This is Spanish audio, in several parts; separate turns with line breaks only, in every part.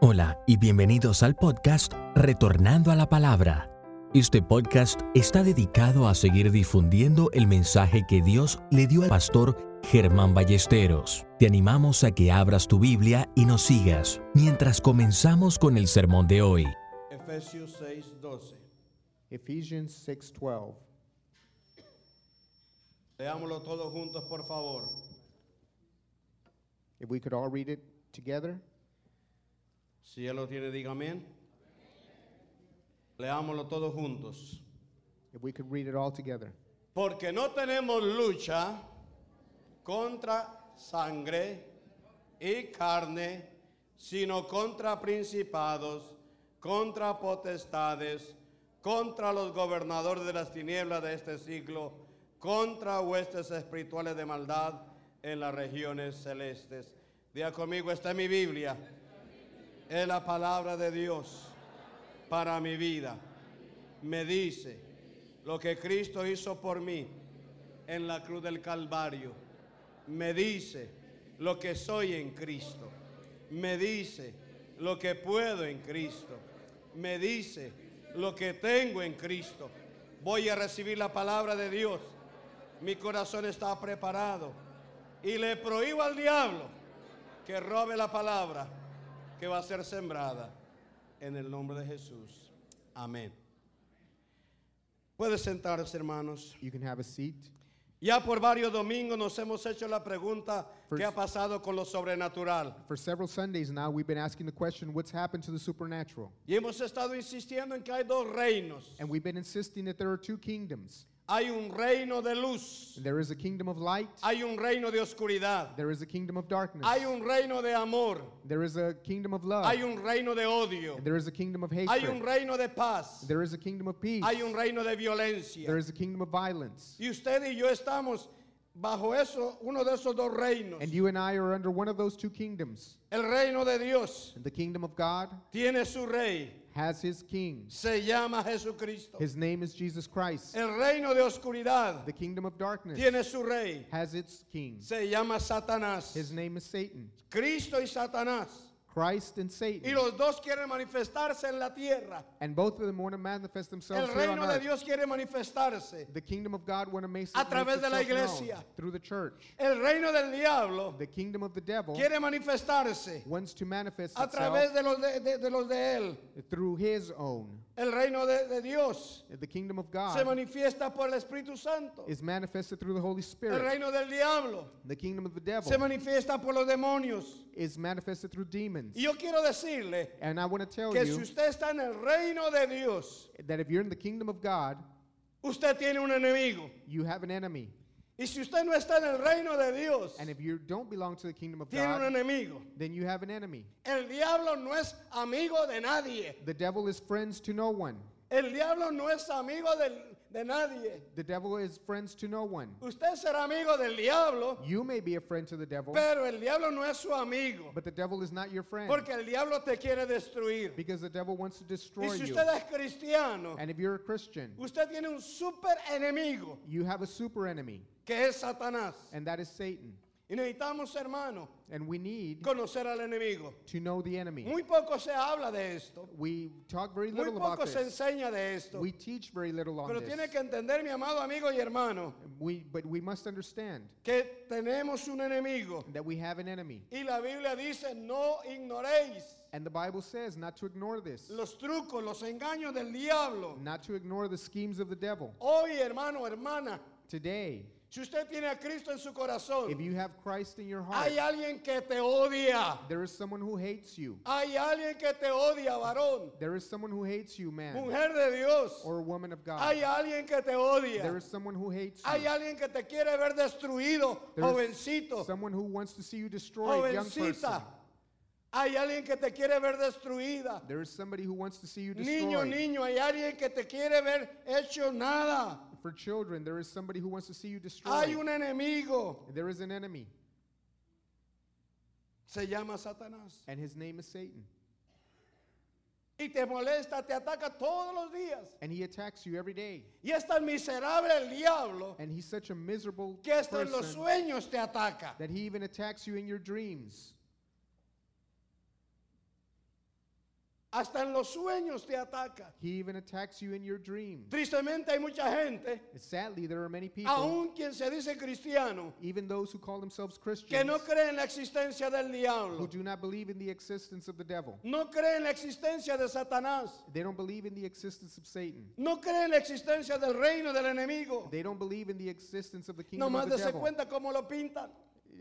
Hola y bienvenidos al podcast Retornando a la Palabra. Este podcast está dedicado a seguir difundiendo el mensaje que Dios le dio al pastor Germán Ballesteros. Te animamos a que abras tu Biblia y nos sigas mientras comenzamos con el sermón de hoy.
Efesios 6, 12.
Ephesians 6:12.
Leámoslo todos juntos, por favor.
If we could all read it together.
Si él lo tiene, diga amén. Leámoslo todos juntos.
If we could read it all together.
Porque no tenemos lucha contra sangre y carne, sino contra principados, contra potestades, contra los gobernadores de las tinieblas de este siglo, contra huestes espirituales de maldad en las regiones celestes. Diga conmigo, está en mi Biblia. Es la palabra de Dios para mi vida. Me dice lo que Cristo hizo por mí en la cruz del Calvario. Me dice lo que soy en Cristo. Me dice lo que puedo en Cristo. Me dice lo que tengo en Cristo. Voy a recibir la palabra de Dios. Mi corazón está preparado. Y le prohíbo al diablo que robe la palabra que va a ser sembrada en el nombre de Jesús. Amén. Puede sentarse, hermanos.
You can have a seat.
Ya por varios domingos nos hemos hecho la pregunta qué
First-
ha pasado con lo sobrenatural.
For several Sundays now, we've been asking the question what's happened to the supernatural?
Y hemos estado insistiendo en que hay dos reinos.
And we've been insisting that there are two kingdoms.
Hay un reino de luz,
There is a kingdom of light,
hay un reino de oscuridad,
there is a kingdom of darkness,
hay un reino de amor,
there is a kingdom of love,
hay un reino de odio,
and there is a kingdom of
hay un
hatred,
reino de paz,
there is a kingdom of peace,
hay un reino de
there
violencia.
is a kingdom of violence.
Y usted y yo estamos bajo eso, uno de esos dos reinos.
And you and I are under one of those two kingdoms.
El reino de Dios
The kingdom of God
tiene su rey,
has his king.
se llama Jesucristo.
His name is Jesus Christ.
El reino de oscuridad
The kingdom of darkness
tiene su rey.
has its king.
Se llama Satanás.
His name is Satan.
Cristo y Satanás.
Christ and
Y
Satan.
los dos quieren manifestarse en la tierra.
And both of them want to manifest
El
themselves here on
reino de
earth.
Dios quiere manifestarse.
The kingdom of God want to make
A través de la
itself known
iglesia.
through the church.
El reino del diablo
The kingdom of the devil
quiere manifestarse
wants to manifest
a través
itself
de los de, de- de los de él.
through his own.
El reino de, de Dios
The kingdom of
se
God
manifiesta por el Espíritu Santo.
is manifested through the Holy
El
Spirit.
reino del diablo
The kingdom of the
se
devil
manifiesta por los demonios.
is manifested through demons.
Y yo quiero decirle
And I want to tell
que si
you
usted está en el reino de Dios,
that if you're in the kingdom of God,
usted tiene un enemigo.
you have an enemy.
Y si usted no está en el reino de Dios,
And if you don't belong to the kingdom of
tiene un
God,
enemigo.
then you have an enemy.
El diablo no es amigo de nadie.
The devil is friends to no one.
El diablo no es amigo del- de nadie.
The devil is friends to no one.
Usted será amigo del diablo,
You may be a friend to the devil,
pero el diablo no es su amigo.
but the devil is not your friend
Porque el diablo te quiere destruir.
because the devil wants to
Y
destroy
si
you.
usted es cristiano,
And if you're a Christian,
usted tiene un super enemigo,
you have a super enemy,
que es Satanás.
and that is Satan.
Y necesitamos, hermano,
And we need
conocer al enemigo.
to know the enemy.
Muy poco se habla de esto.
We talk very
Muy
little about
poco se
this.
enseña de esto.
We teach very little on
Pero tiene
this.
que entender, mi amado amigo y hermano,
We, but we must understand
que tenemos un enemigo.
that we have an enemy.
Y la Biblia dice, no ignoréis
And the Bible says not to ignore this,
los trucos, los engaños del diablo.
not to ignore the schemes of the devil.
Hoy, hermano, hermana,
Today,
si usted tiene a Cristo en su
if
corazón,
you have Christ in your heart,
hay alguien que te odia.
there is someone who hates you.
Hay alguien que te odia, varón,
There is someone who hates you, man
mujer de Dios.
or woman of
Hay
God.
alguien que te
There
odia.
is someone who hates
Hay
you.
alguien que te quiere ver destruido,
There is
jovencito,
someone who wants to see you destroyed, young person.
jovencita. Hay alguien que te quiere ver destruida.
There is somebody who wants to see you
Niño,
destroyed.
niño, hay alguien que te quiere ver hecho nada.
For children, there is somebody who wants to see you
Hay
destroyed.
un enemigo.
There is an enemy,
Se llama Satanás.
and his name is Satan.
Y te molesta, te ataca todos los días.
And he attacks you every day.
Y es tan miserable el diablo
And he's such a miserable
que hasta en los
person
sueños te ataca.
that he even attacks you in your dreams.
Hasta en los sueños te ataca.
He even attacks you in your dream.
Tristemente hay mucha gente,
And sadly, there are many people,
aún quien se dice cristiano,
even those who call themselves
que
Christians,
no cree en la existencia del
who
diablo,
do not believe in the existence of the devil.
no cree en la existencia de Satanás,
They don't believe in the existence of Satan.
no cree en la existencia del reino del enemigo.
They don't believe in the existence of the kingdom
Nomás
of the
dese
devil.
cuenta cómo lo pintan.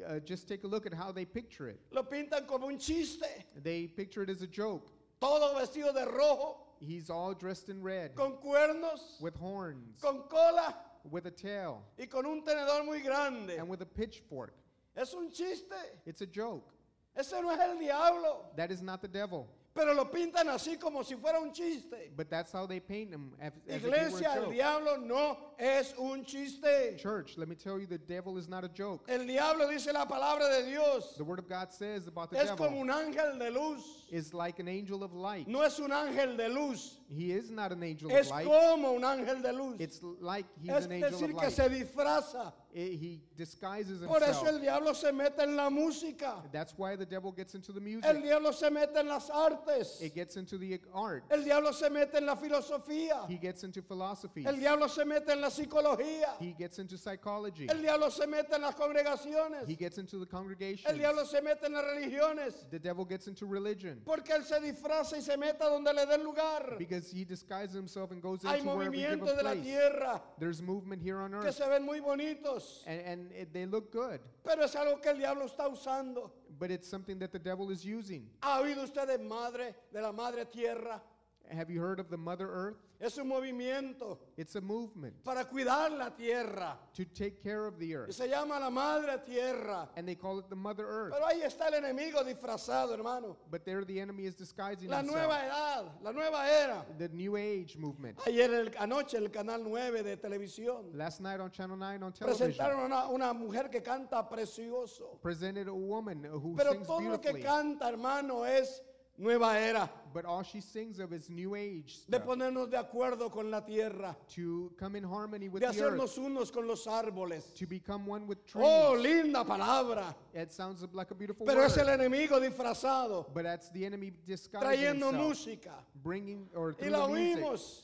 Uh, just take a look at how they picture it.
Lo pintan como un chiste,
They picture it as a joke.
todo vestido de rojo,
He's all dressed in red,
con cuernos,
with horns,
con cola
with a tail,
y con un tenedor muy grande.
and with a pitchfork.
Es un chiste.
It's a joke.
Ese no es el diablo.
That is not the devil,
Pero lo pintan así como si fuera un chiste.
but that's how they paint him. As, as if he were a
Iglesia, el
joke.
diablo no es un chiste.
Church, let me tell you, the devil is not a joke.
El diablo dice la palabra de Dios.
The Word of God says about the
Es como
devil
un ángel de luz.
is like an angel of light.
No es un ángel de luz.
He is not an angel of
Es
light.
como un ángel de luz.
It's like he's
Es
an angel of
decir, que
light.
se disfraza.
I- He disguises
Por eso el
himself.
diablo se mete en la música.
That's why the devil gets into the
El
music.
diablo se mete en las artes.
It gets into the art.
El diablo se mete en la filosofía.
He gets into philosophy.
El diablo se mete en la psicología.
He gets into psychology.
El diablo se mete en las congregaciones.
He gets into the
El
congregation.
diablo se mete en las religiones.
The devil gets into religion
Porque él se disfraza y se mete a donde le den lugar.
because he disguises himself and goes
Hay
into wherever you give
movimientos
him
de la
place.
tierra
There's movement here on
que
earth,
se ven muy bonitos.
and, and it- they look good.
Pero es algo que el diablo está usando.
But it's something that the devil is using.
¿Ha oído usted de madre, de la madre tierra?
Have you heard of the Mother Earth?
Es un movimiento
It's a movement
para cuidar la tierra.
to take care of the
Y
earth.
se llama la madre tierra.
And they call it the Mother Earth.
Pero ahí está el enemigo disfrazado, hermano.
But there the enemy is disguising
La nueva
himself.
edad, la nueva era.
The New Age movement.
Ayer, el- anoche, en el canal 9 de televisión
Last night on Channel 9 on television
presentaron a una, una mujer que canta precioso.
presented a woman who
Pero
sings
todo lo que
beautifully.
canta, hermano, es nueva era.
But all she sings of is New Age
De
stuff,
ponernos de acuerdo con la tierra.
to come in harmony with
De
the earth,
hacernos unos con los árboles.
to become one with trees.
Oh, linda palabra.
It sounds like a beautiful
Pero es el
word.
enemigo disfrazado,
But that's the enemy disguising
trayendo
himself,
música.
bringing or
Y
through
la
the music.
oímos.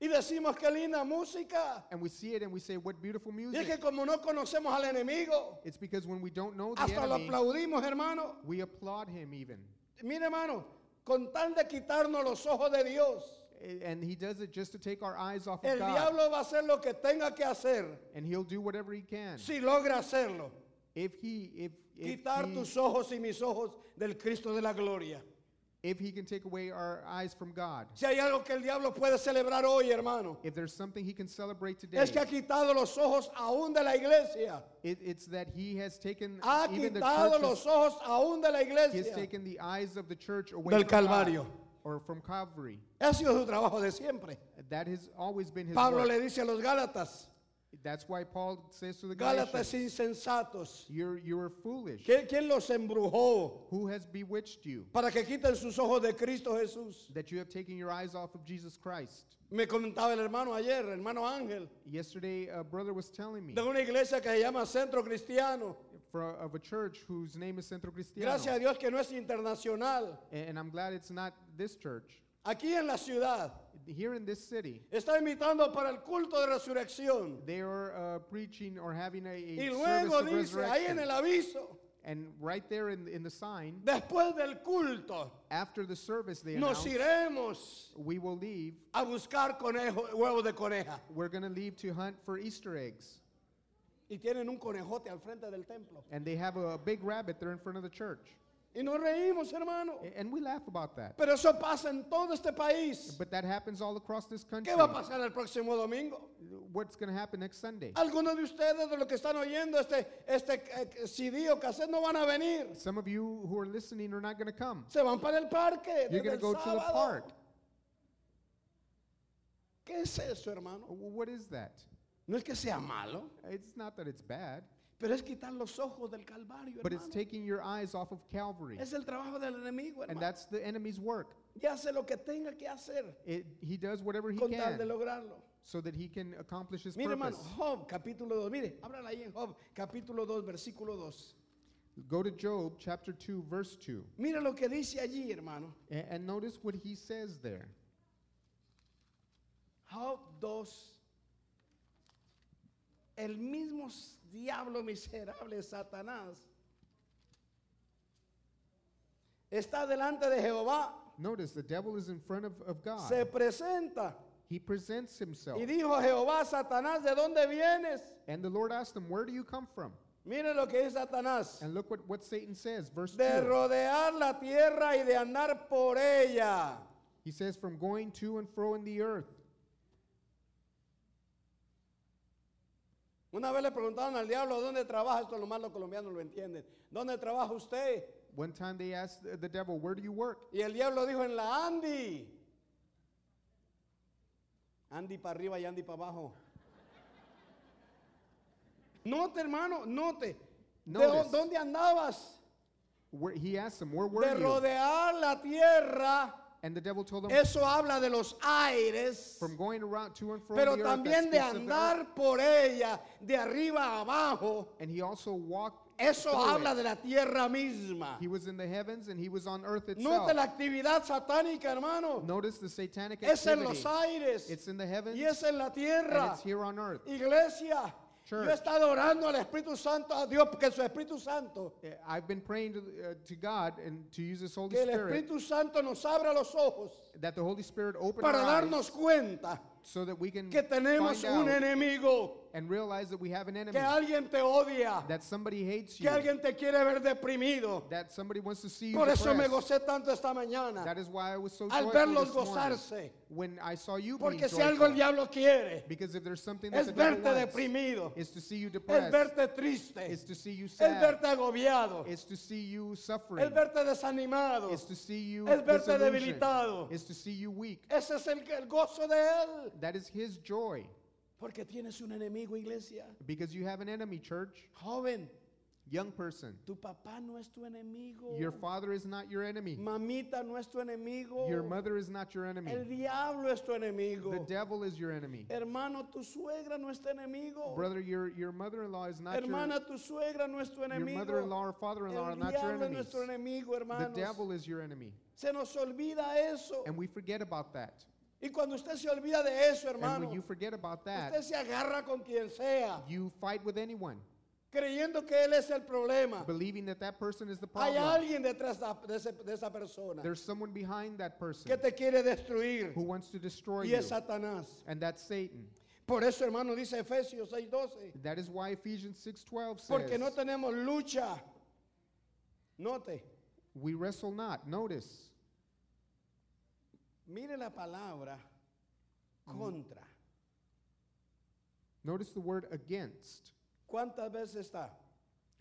Y decimos qué linda música.
And we see it and we say, what beautiful
Y es
music.
que como no conocemos al enemigo,
It's because when we don't know the
hasta lo
enemy,
aplaudimos, hermano.
we applaud him even.
Mire, hermano, con tal de quitarnos los ojos de Dios,
A- And he does it just to take our eyes off
el
of God.
diablo va a hacer lo que tenga que hacer
And he'll do whatever he can.
si logra hacerlo.
If he if if
Quitar
he,
tus ojos y mis ojos del Cristo de la gloria.
if he can take away our eyes from God.
Si hay algo que el diablo puede celebrar hoy, hermano,
If there's something he can celebrate today,
es que ha quitado los ojos aún de la iglesia.
it- it's that he has taken
Ha
even the
quitado los
churches,
ojos aún de la
he has
iglesia.
taken the eyes of the church away
Del
from God
Calvario.
or from Calvary.
Ha sido su trabajo de siempre.
That has always been his
Pablo
work.
le dice a los Gálatas,
That's why Paul says to the
Gálatas
Galatians,
insensatos,
you're you are foolish.
¿qui- ¿quién los embrujó
Who has bewitched you
para que quiten sus ojos de Cristo Jesús?
that you have taken your eyes off of Jesus Christ?
Me comentaba el hermano ayer, hermano Ángel,
Yesterday, a brother was telling me
de una iglesia que se llama Centro Cristiano.
for, of a church whose name is Centro Cristiano.
Gracias a Dios que no es internacional.
And, and I'm glad it's not this church.
Aquí en la ciudad
Here in this city,
está invitando para el culto de resurrección.
they are uh, preaching or having a, a
Y
service
luego
of
dice ahí
resurrection.
en el aviso,
and right there in, in the sign,
después del culto,
after the service, they
nos
announce,
iremos
we will leave.
a buscar conejo, huevos de coneja.
We're going to leave to hunt for Easter eggs.
Y tienen un conejote al frente del templo.
And they have a, big rabbit there in front of the church.
Y nos reímos, hermano.
A- And we laugh about that.
Pero eso pasa en todo este país.
But that happens all across this country.
¿Qué va a pasar el próximo domingo?
What's going to happen next Sunday?
Algunos de ustedes, de los que están oyendo este, este eh, CD o cassette, no van a venir.
Some of you who are listening are not going to come.
Se van para el parque.
You're
desde el
going to go to the
sábado.
park.
¿Qué es eso, hermano?
W- What is that?
No es que sea malo,
It's not that it's bad,
pero es quitar los ojos del Calvario,
but it's
hermano.
taking your eyes off of Calvary.
Es el trabajo del enemigo,
And
hermano.
that's the enemy's work.
Y hace lo que tenga que hacer
It, he does whatever he
con tal de
can
lograrlo.
so that he can accomplish his
Mire, hermano,
purpose.
Job capítulo 2. Mire, ábrala ahí en Job capítulo 2, versículo 2.
Go to Job chapter 2, verse 2.
Mira lo que dice allí, hermano.
A- And, notice what he says there.
Job 2. El mismo s- diablo miserable, Satanás, está delante de Jehová,
Notice the devil is in front of, of God.
se presenta
He presents himself.
y dijo Jehová, Satanás, ¿de dónde vienes?
And the Lord asked him, Where do you come from?
Mire lo que dice Satanás.
And look what, what Satan says, verse
De
2.
rodear la tierra y de andar por ella.
He says, From going to and fro in the earth.
Una vez le preguntaron al diablo, ¿dónde trabaja? Esto lo más los colombianos lo entienden. ¿Dónde trabaja usted?
One time they asked the- the devil, Where do you work?
Y el diablo dijo, en la Andy. Andy para arriba y Andy para abajo. Note, hermano, note. ¿De dó-
Notice.
dónde andabas?
Where, he asked him, Where were
De
you?
rodear la tierra.
And the devil told him,
Eso habla de los aires.
From going around to and fro
Pero
in the earth. that
también de
speaks of the earth."
andar por ella, de arriba a abajo.
And he also walked.
Eso
through
habla
it.
de la tierra misma.
He was in the heavens and he was on earth itself.
Note la actividad satánica, hermano.
Notice the satanic
Es en
activity.
los aires.
It's in the heavens
Y es en la
and
tierra.
it's here on earth.
Iglesia, yo
Church.
he estado orando al Espíritu Santo, a Dios, porque su Espíritu Santo,
Uh, I've been praying to, uh, to God and to use His Holy
que el
Spirit
Espíritu Santo nos abra los ojos
that the Holy Spirit open
para
our
darnos
eyes
cuenta
so that we can
que tenemos
find
un
out
enemigo,
and realize that we have an enemy,
que alguien te odia,
that somebody hates
que
you,
alguien te quiere ver deprimido.
that somebody wants to see you
Por eso me
depressed.
gocé tanto esta mañana,
That is why I was so
al
joyful
verlos
this morning
gozarse.
when I saw you being
porque si
joyful.
algo el diablo quiere
because if there's something that
es
the devil
verte
wants,
deprimido,
is to see you
es
depressed,
verte triste,
is to see you
es
sad,
verte agobiado,
is to see you suffering,
es verte desanimado.
is to see you
es verte
disillusioned,
debilitado.
is to see you weak.
Ese es el, el gozo de él.
That is His joy
Porque tienes un enemigo, iglesia.
because you have an enemy, church.
Joven,
Young person,
tu papá no es tu enemigo.
your father is not your enemy.
Mamita no es tu enemigo.
Your mother is not your enemy.
El diablo es tu enemigo.
The devil is your enemy.
Hermano, tu suegra no es tu enemigo.
Brother, your, your mother-in-law is not
Hermana, tu suegra no es tu
your, your
enemigo.
mother-in-law or father-in-law are
El
not your
diablo es
enemies.
nuestro enemigo,
The
hermanos.
devil is your enemy.
Se nos olvida eso.
And we forget about that.
Y cuando usted se olvida de eso,
And
hermano,
when you forget about
usted
that,
se agarra con quien sea,
you fight with anyone,
creyendo que él es el problema.
believing that that person is the
Hay
problem.
alguien detrás da- de, ese- de esa persona
There's someone behind that
que
person
te quiere destruir
who wants to destroy
y
you.
es Satanás.
And that's Satan.
Por eso, hermano, dice Efesios 6:12,
That is why Ephesians 6.12
porque no
says,
tenemos lucha. Note,
we wrestle not. Notice.
mire la palabra contra.
Notice the word against.
¿Cuántas veces está?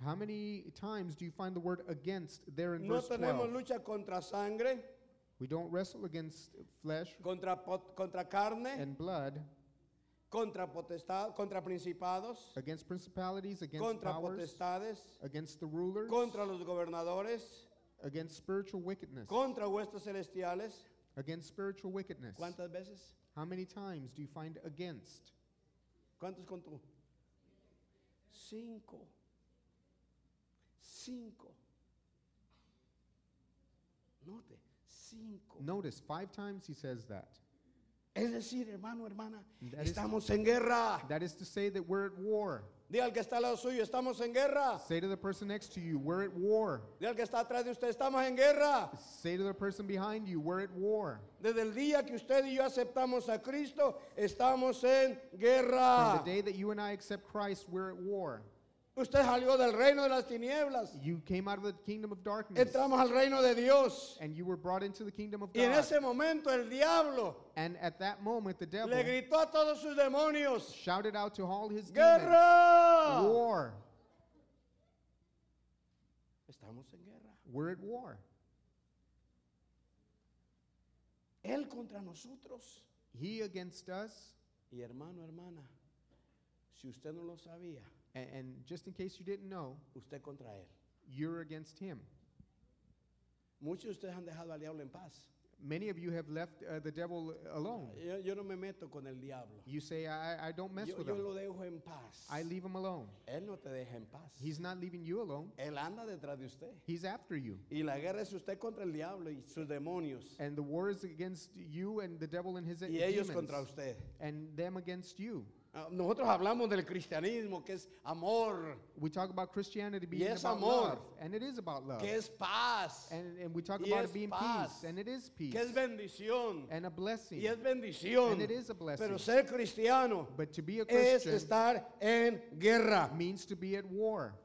How many times do you find the word against there in
No
verse
tenemos
12?
lucha contra sangre,
We don't wrestle against flesh
contra, pot- contra carne,
and blood,
contra potestad, contra principados,
against principalities, against
contra
powers,
potestades,
against the rulers,
contra los gobernadores,
against spiritual wickedness,
contra huestes celestiales.
against spiritual wickedness.
¿Cuántas veces?
How many times do you find against?
¿Cuántos contó? Cinco. Cinco. Note, cinco.
Notice five times he says that.
Es decir, hermano, hermana,
That is-
estamos en guerra.
That is to say that we're at war.
Diga al que está al lado suyo, estamos en guerra.
Say to the person next to you, we're at war.
Diga al que está atrás de usted, estamos en guerra.
Say to the person behind you, we're at war.
Desde el día que usted y yo aceptamos a Cristo, estamos en
From
guerra.
the day that you and I accept Christ, we're at war.
Usted salió del reino de las tinieblas.
You came out of the kingdom of darkness
Entramos al reino de Dios.
and you were brought into the kingdom of
Y en
God.
ese momento el diablo
And at that moment, the devil
le gritó a todos sus demonios,
shouted out to all his demons,
¡Guerra!
War!
Estamos en guerra.
We're at war.
Él contra nosotros.
He against us.
Y hermano, hermana, si usted no lo sabía,
a- And, just in case you didn't know,
usted contra él.
you're against him.
Muchos de ustedes han dejado al diablo en paz.
Many of you have left uh, the devil alone.
Yo, yo no me meto con el diablo.
You say, I, I don't mess
Yo,
with
yo
him.
lo dejo en paz.
I leave him alone.
Él no te deja en paz.
He's not leaving you alone,
Él anda detrás de usted.
he's after you.
Y la guerra es usted contra el diablo y sus demonios.
And the war is against you and the devil and his
Y ellos
Eh, demons,
contra usted.
and them against you.
Ah, Nosotros hablamos del cristianismo, que es amor,
We talk about Christianity being
es
about
amor.
love, and it is about love.
que es paz,
and, and we talk
y
about
es
it being
paz.
peace, and it is peace,
que es bendición.
and a blessing.
Y es bendición.
And it is a blessing.
Pero ser cristiano
But to be a
es
Christian
estar en guerra.
means to be at war.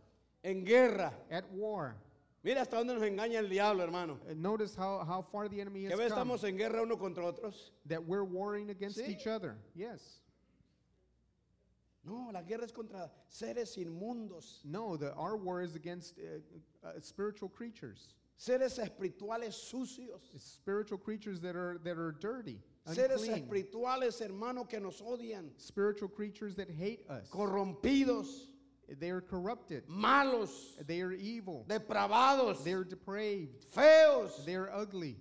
En guerra.
At war.
Mira hasta dónde nos engaña el diablo, hermano.
Uh, Notice how, how far the enemy
Que
has
ve,
come.
estamos en guerra uno contra otros.
That we're warring against
Sí.
each other. Yes.
No, la guerra es contra seres inmundos,
No, the, our war is against uh, uh, spiritual creatures.
seres espirituales sucios,
Spiritual creatures that are, that are dirty,
seres
unclean.
espirituales, hermano, que nos odian,
Spiritual creatures that hate us.
corrompidos,
They are corrupted.
malos,
They are evil.
depravados,
They are depraved.
feos.
They are ugly.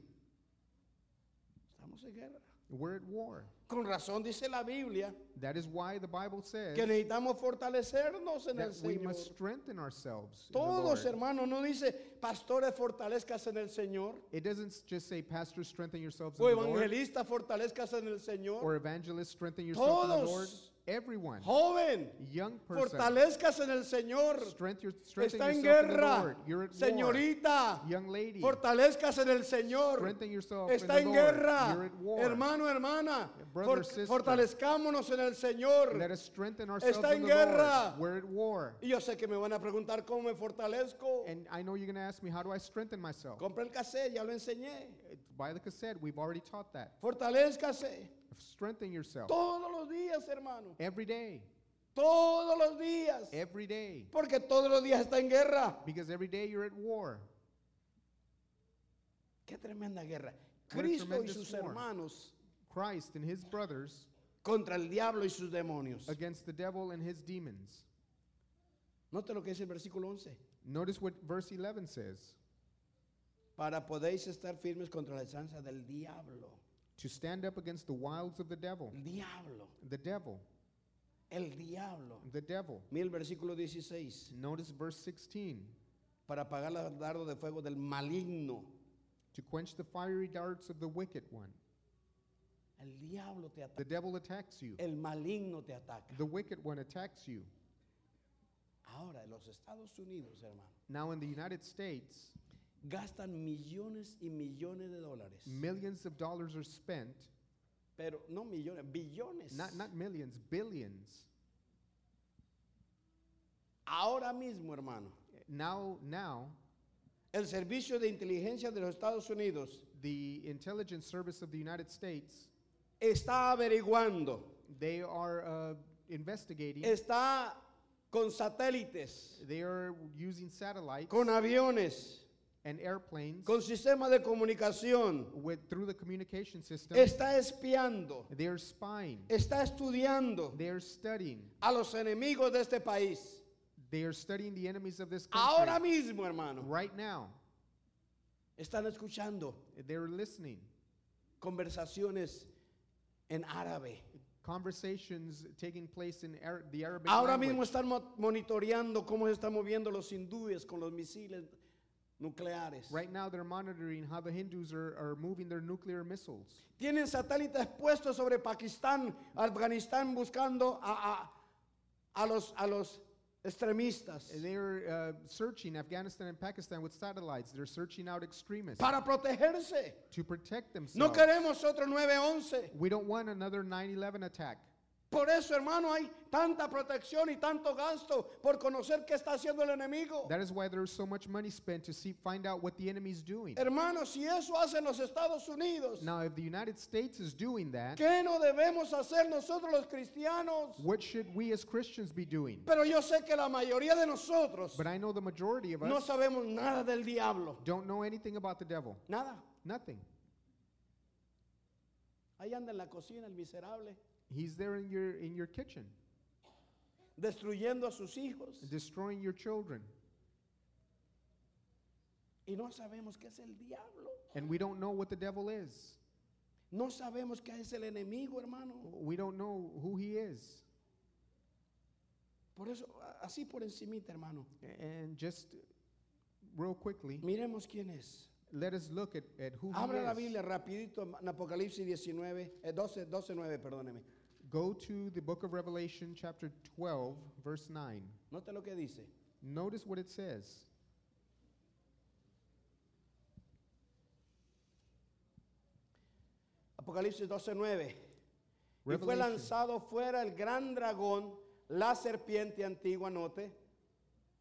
Estamos en guerra.
We're at war.
Con razón dice la Biblia
That is why the Bible says
que necesitamos fortalecernos en el
that we
Señor.
must strengthen ourselves. in the
Todos,
Lord.
hermanos, no dice pastores fortalezcas en el Señor
It doesn't s- just say, Pastor, strengthen yourselves in
o
the Lord,
evangelistas fortalezcas en el Señor.
or evangelist, strengthen yourself in the Lord.
Todos.
Everyone,
Joven,
young person,
fortalezcas en el Señor.
strength your, strengthen
Está en
yourself in the
guerra.
Lord. You're at
Señorita,
war. Young lady,
fortalezcas en el Señor.
strengthen yourself
Está
in the
en
Lord.
guerra.
You're at war.
Hermano, hermana, for-
Brother, sister.
fortalezcámonos en el Señor.
Let us strengthen ourselves
Está en
in the
guerra.
Lord. We're at war.
Y yo sé que me van a preguntar cómo me fortalezco.
And I know you're going to ask me, how do I strengthen myself?
Compré el cassette, ya lo enseñé.
By the cassette, we've already taught that.
Fortalezcase
Strengthen yourself
todos los días, hermano.
every day,
Todos los días.
every day,
Porque todos los días está en guerra.
because every day you're at war.
Qué tremenda guerra.
What a
Cristo y
tremendous
sus
war.
hermanos
Christ and his brothers
contra el diablo y sus demonios.
against the devil and his demons.
Note lo que dice el versículo 11.
Notice what verse 11 says
Para podéis estar firmes contra la chanza del diablo.
to stand up against the wiles of the devil.
El diablo.
The devil,
El diablo.
the devil.
Mira el versículo 16.
Notice verse 16
Para apagar los dardos de fuego del maligno.
to quench the fiery darts of the wicked one.
El diablo te
The
ataca.
devil attacks you,
El maligno te ataca.
the wicked one attacks you.
Ahora, en los Estados Unidos, hermano,
Now, in the United States,
gastan millones y millones de dólares.
millions of dollars are spent,
Pero no millones, billones.
not, not millions, billions.
Ahora mismo, hermano,
Now, now,
el Servicio de Inteligencia de los Estados Unidos
the intelligence service of the United States,
está averiguando,
they are uh, investigating.
está con satélites,
They are using satellites
con aviones,
and airplanes
con sistemas de comunicación,
with, through the communication system.
está espiando,
They are spying.
está estudiando
They are studying.
a los enemigos de este país.
They are studying the enemies of this country.
Ahora mismo, hermano,
Right now,
están escuchando
they are listening.
conversaciones en árabe.
Conversations taking place in Ar- the Arabic
Ahora
language.
mismo están mo- monitoreando cómo se están moviendo los hindúes con los misiles nucleares.
Right now, they're monitoring how the Hindus are, are moving their nuclear missiles.
Tienen satélites puestos sobre Pakistán, Afganistán, buscando a, a- a los, a los extremistas
They are uh, searching Afghanistan and Pakistan with satellites. They're searching out extremists
para protegerse.
to protect themselves.
No queremos otro 911.
we don't want another 9 11 attack.
Por eso, hermano, hay tanta protección y tanto gasto por conocer qué está haciendo el enemigo.
That is why there's so much money spent to see, find out what the enemy's doing.
Hermano, si eso hacen los Estados Unidos,
Now, if the United States is doing that,
¿Qué no debemos hacer nosotros los cristianos?
what should we as Christians be doing?
Pero yo sé que la mayoría de nosotros
But I know the majority of
no
us
sabemos nada del diablo.
don't know anything about the devil.
Nada.
Nothing.
Ahí anda en la cocina el miserable,
He's there in your in your kitchen,
destruyendo a sus hijos,
destroying your children,
y no sabemos qué es el diablo.
And we don't know what the devil is.
No sabemos qué es el enemigo, hermano.
We don't know who he is.
Por eso, a- así por encimita, hermano.
And just real quickly,
Miremos quién es.
let us look at, at who
Abra la
he is.
Biblia rapidito en Apocalipsis 19, eh, 12, 12, 9, perdóneme.
Go to the book of Revelation, chapter 12, verse 9.
Note lo que dice.
Notice what it says.
Apocalipsis 12, 9. Y fue
Revelation.
lanzado fuera el gran dragón, la serpiente antigua, note,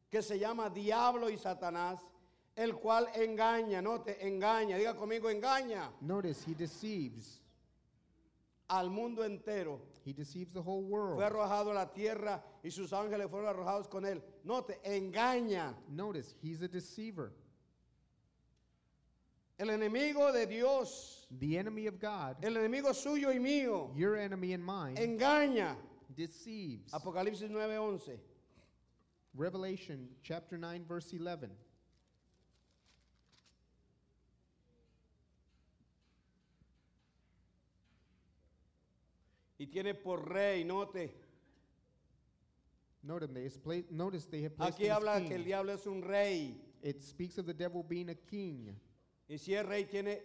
que se llama Diablo y Satanás, el cual engaña, note, engaña, diga conmigo, engaña
Notice he deceives.
al mundo entero.
He deceives the whole
Fue
world.
arrojado a la tierra y sus ángeles fueron arrojados con él. Note, engaña.
Notice he's a deceiver.
El enemigo de Dios,
The enemy of God,
el enemigo suyo y mío,
your enemy and mine,
engaña.
deceives.
Apocalipsis 9:11.
Revelation chapter 9, verse 11.
Y tiene por rey, note.
Note him, they has pla- notice they have placed
Aquí
him as
habla que
king.
el diablo es un rey.
It speaks of the devil being a king,
Y si es rey, tiene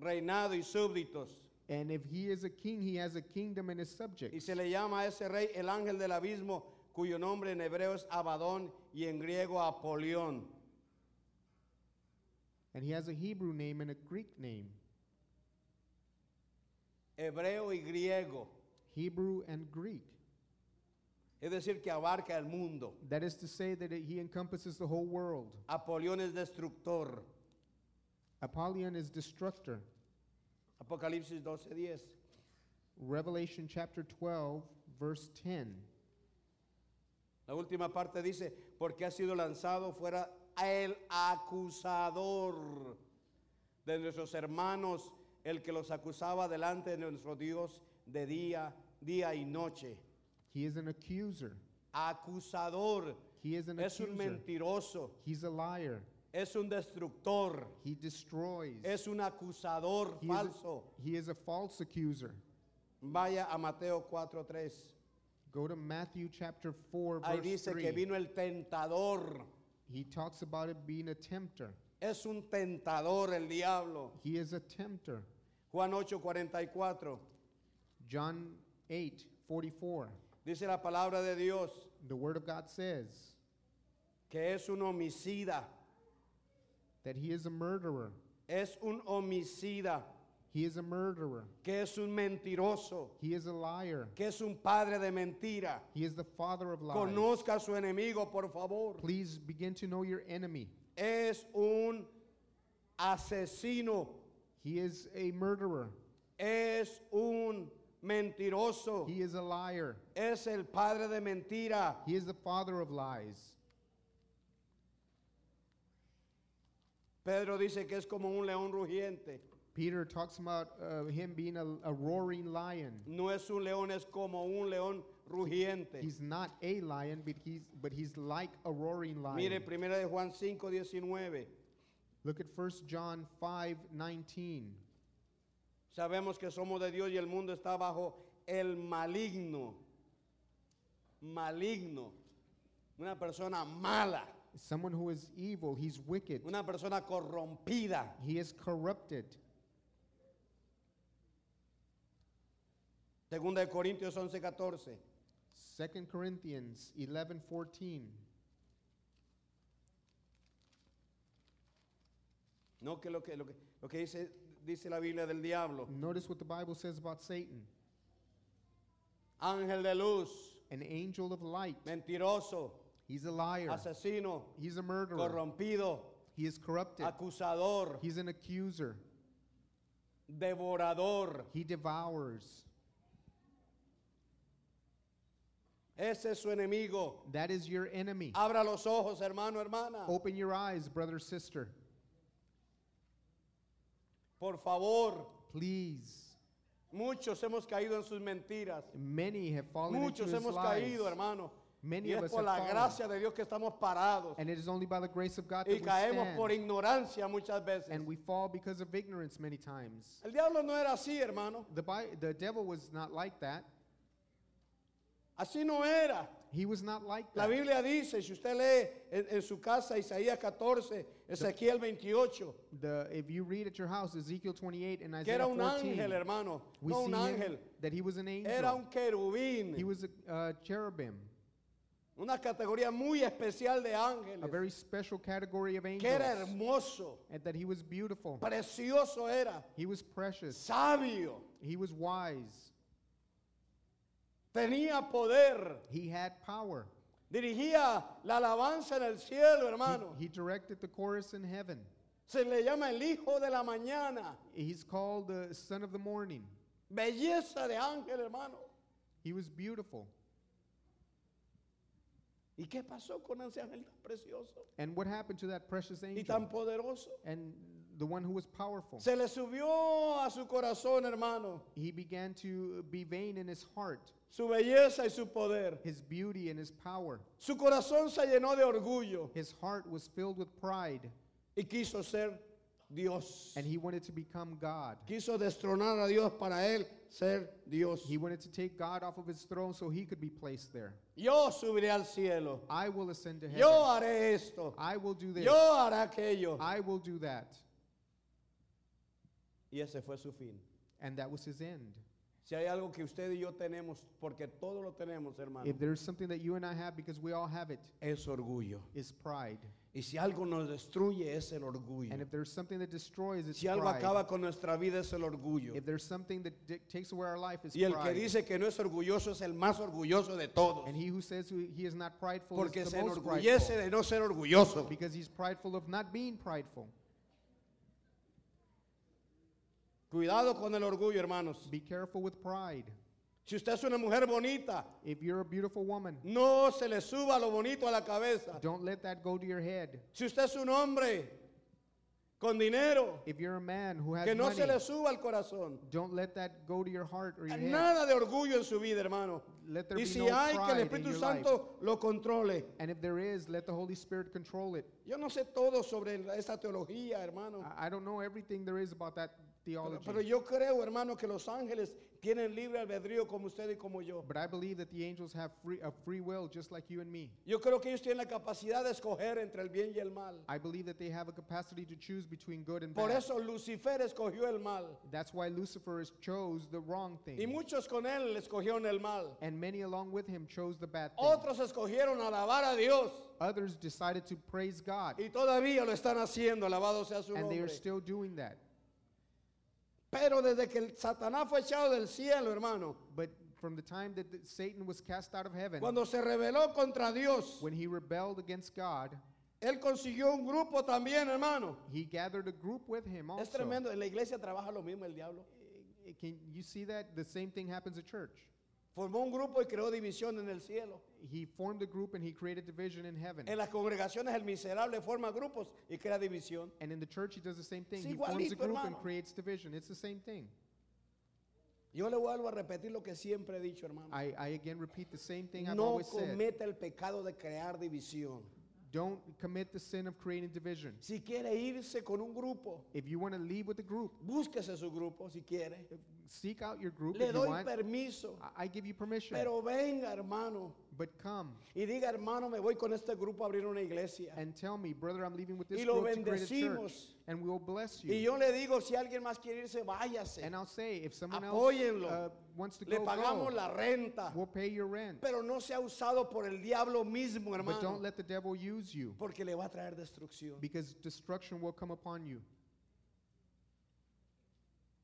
reinado y súbditos.
and if he is a king, he has a kingdom and his
Y
subjects.
se le llama a ese rey el ángel del abismo, cuyo nombre en hebreo es Abadón y en griego Apolión.
And he has a Hebrew name and a Greek name,
Hebreo y griego.
Hebrew and Greek.
Es decir, que abarca el mundo.
That is to say that it- he encompasses the whole world.
Apolión es destructor.
Apollyon is destructor.
Apocalipsis 12:10.
Revelation chapter 12, verse 10.
La última parte dice, porque ha sido lanzado fuera el acusador de nuestros hermanos, el que los acusaba delante de nuestro Dios de día, día y noche.
He is an accuser.
Acusador
He is an
es un
accuser.
mentiroso,
He's a liar.
es un destructor,
He destroys.
es un acusador
He is a-
falso.
he is a false accuser.
Vaya a Mateo 4:3.
Go to Matthew chapter 4,
Ahí
verse
dice que
3.
vino el tentador.
He talks about it being a tempter.
Es un tentador el diablo.
He is a tempter.
Juan 8:44.
John 8, 44.
Dice la palabra de Dios
The Word of God says
que es un homicida,
that he is a murderer.
es un homicida,
He is a murderer.
que es un mentiroso,
He is a liar.
que es un padre de mentira.
He is the father of lies.
Conozca a su enemigo, por favor.
Please begin to know your enemy.
Es un asesino,
He is a murderer.
es un mentiroso,
He is a liar.
es el padre de mentira.
He is the father of lies.
Pedro dice que es como un león rugiente.
Peter talks about uh, him being a, a roaring lion.
No es un león, es como un león rugiente.
He's not a lion, but he's but he's like a roaring lion.
Mire, primera de Juan 5, 19.
Look at 1 John 5 19.
Sabemos que somos de Dios y el mundo está bajo el maligno. Maligno. Una persona mala,
Someone who is evil, he's wicked,
una persona corrompida.
he is corrupted.
Segunda de Corintios 11, 14.
2 Corinthians 11 14.
No que lo que, lo que, lo que dice, dice la Biblia del diablo.
Notice what the Bible says about Satan
Ángel de luz,
an angel of light.
mentiroso,
He's a liar,
asesino,
he's a murderer,
corrompido,
he is corrupted,
acusador,
he's an accuser,
devorador.
he devours.
Ese es su enemigo.
That is your enemy.
Abra los ojos, hermano, hermana.
Open your eyes, brother, sister.
Por favor.
Please.
Muchos hemos caído en sus mentiras.
Many have fallen
Muchos
into his
hemos
lies.
caído, hermano.
Many
Y
of
es
us
por
have
la
fallen.
gracia de Dios que estamos parados.
And it is only by the grace of God that
Y
we
caemos
stand.
por ignorancia muchas veces.
and we fall because of ignorance many times.
El diablo no era así, hermano.
The, Bi- the devil was not like that.
Así no era.
He was not like
La
that.
Biblia dice, si usted lee en, en su casa Isaías 14, Ezequiel 28,
The, if you read at your house Ezekiel 28 and
que
Isaiah
era un
14,
ángel, hermano.
we
No
see
un
him-
ángel.
that he was an angel.
Era un
he
querubín.
was a uh, cherubim,
Una categoría muy especial de
a
ángeles.
very special category of
Que
angels,
era hermoso.
and that he was beautiful.
Precioso era.
he was precious.
Sabio.
He was wise.
Tenía poder.
He had power.
Dirigía la alabanza en el cielo,
He-
hermano.
he directed the chorus in heaven.
Se le llama el hijo de la mañana.
He's called the son of the morning.
Belleza de ángel, hermano.
He was beautiful.
¿Y qué pasó con ese ángel tan precioso
And what happened to that precious
y
angel?
tan poderoso?
And the one who was powerful.
Se le subió a su corazón, hermano,
He began to be vain in his heart,
su belleza y su poder.
his beauty and his power.
Su corazón se llenó de orgullo
His heart was filled with pride,
y quiso ser Dios.
and he wanted to become God.
Quiso destronar a Dios para él ser Dios.
He wanted to take God off of his throne so he could be placed there.
Yo subiré al cielo.
I will ascend to heaven.
Yo haré esto.
I will do this.
Yo haré aquello.
I will do that.
Y ese fue su fin.
And that was his end.
Si hay algo que usted y yo tenemos, porque todo lo tenemos, hermano,
If there's something that you and I have, because we all have it,
es orgullo.
is pride.
Y si algo nos destruye es el orgullo.
And if there's something that destroys, it's
Si algo
pride.
acaba con nuestra vida es el orgullo.
If there's something that di- takes away our life, it's
Y el que
pride.
dice que no es orgulloso es el más orgulloso de todos.
and he who says who- he is not prideful
Porque
is
se
the most
enorgullece
prideful.
de no ser orgulloso.
Because he's prideful of not being prideful.
Cuidado con el orgullo, hermanos.
Be careful with pride.
Si usted es una mujer bonita,
If you're a beautiful woman,
no se le suba lo bonito a la cabeza.
don't let that go to your head.
Si usted es un hombre con dinero,
If you're a man who has
que no
money,
se le suba al corazón.
don't let that go to your heart or your head.
Nada de orgullo en su vida, hermano.
Let there
Y
be
si
no
hay que el
pride in
Espíritu
your
Santo lo controle.
And if there is, let the Holy Spirit control it.
Yo no sé todo sobre la- esa teología, hermano.
I, I don't know everything there is about that
Pero,
theology.
pero yo creo, hermano, que los ángeles tienen libre albedrío como usted y como yo.
but I believe that the angels have free, a free will just like you and me.
Yo creo que ellos tienen la capacidad de escoger entre el bien y el mal.
I believe that they have a capacity to choose between good and
Por
bad.
eso Lucifer escogió el mal.
That's why Lucifer is chose the wrong
Y
thing.
muchos con él escogieron el mal.
And many along with him chose the bad thing.
Otros escogieron alabar a Dios.
Others decided to praise God.
Y todavía lo están haciendo, alabado sea su
And they are
nombre.
still doing that.
Pero desde que el Satanás fue echado del cielo, hermano,
But from the time that the- Satan was cast out of heaven,
cuando se rebeló contra Dios,
when he rebelled against God,
él consiguió un grupo también, hermano.
he gathered a group with him
Es
also.
tremendo. En la iglesia trabaja lo mismo el diablo.
Eh, Can you see that? The same thing happens at church.
Formó un grupo y creó división en el cielo.
He formed a group and he created division in heaven.
En las congregaciones el miserable forma grupos y crea división.
And in the church, he does the same thing.
Es
He forms a
igualito,
group and
hermano.
creates division. It's the same thing.
Yo le vuelvo a repetir lo que siempre he dicho, hermano.
I, I again repeat the same thing I've
No
always said.
cometa el pecado de crear división.
Don't commit the sin of creating division.
Si quiere irse con un grupo,
If you want to leave with the group,
búsquese su grupo si quiere.
seek out your group
Le
if you
doy
want.
permiso.
I- I give you permission.
Pero venga, hermano,
But come
y diga, hermano, me voy con este grupo a abrir una iglesia.
and tell me, brother, I'm leaving with this
Y lo
group to create a church,
bendecimos.
and we will bless you.
Y yo le digo, si alguien más quiere irse, váyase.
and I'll say, if someone
Apóyenlo.
else uh, wants to
Le
go,
pagamos
go.
la renta.
we'll pay your rent.
Pero no sea usado por el diablo mismo,
but
hermano.
don't let the devil use you,
Porque le va a traer destrucción.
because destruction will come upon you.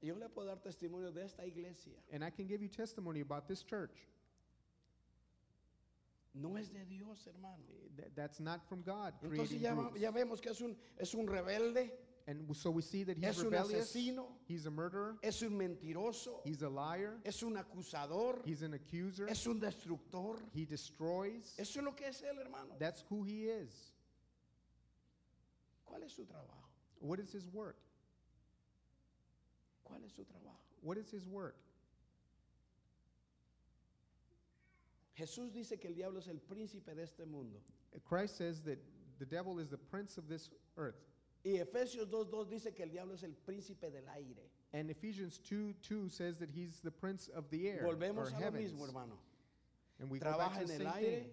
Y Yo le puedo dar testimonio de esta iglesia.
And I can give you testimony about this church.
No es de Dios, hermano.
Th- that's not from God.
Entonces
creating
ya, va-
groups.
ya vemos que es un, es un rebelde,
And w- so we see that he's
Es un
rebellious.
asesino.
He's a murderer.
es un mentiroso,
He's a liar.
es un acusador,
He's an accuser.
es un destructor.
He destroys.
Eso es lo que es él, hermano.
That's who he is.
¿Cuál es su trabajo?
What is his work?
¿Cuál es su trabajo?
What is his work?
Jesús dice que el diablo es el príncipe de este mundo.
Christ says that the devil is the prince of this earth.
Y Efesios 2.2 dice que el diablo es el príncipe del aire.
And Ephesians 2 2 says that he's the prince of the air. or
Volvemos a lo
heavens.
mismo, hermano.
And we go back
Trabaja
to
en
the
el
same
aire
thing.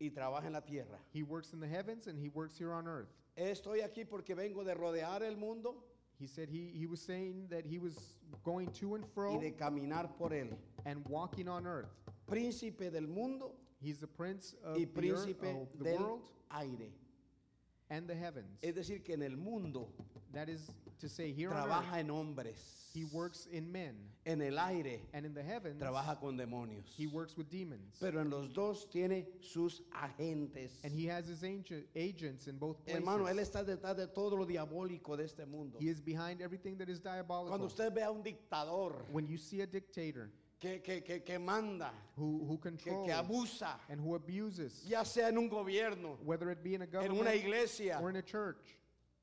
y trabaja en la tierra.
He works in the heavens and he works here on earth.
Estoy aquí porque vengo de rodear el mundo
He said he, he was saying that he was going to and
y
fro
de caminar por él.
and walking on earth.
Príncipe del mundo
He's the prince of
y
the, earth,
príncipe
of the
del
world
aire.
and the heavens.
Es decir, que en el mundo
that is to say, here on earth,
trabaja en hombres.
he works in men,
En el aire
and in the heavens,
trabaja con demonios.
he works with demons.
Pero en los dos tiene sus agentes.
and he has his angel, agents in both places.
Hermano, él está detrás de todo lo diabólico de este mundo.
he is behind everything that is diabolical.
Cuando usted ve a un dictador
when you see a dictator
que, que, que, que manda,
who, who
que,
controls
que abusa,
and who abuses,
ya sea en un gobierno,
whether it be in a
en
government
una iglesia,
or in a church,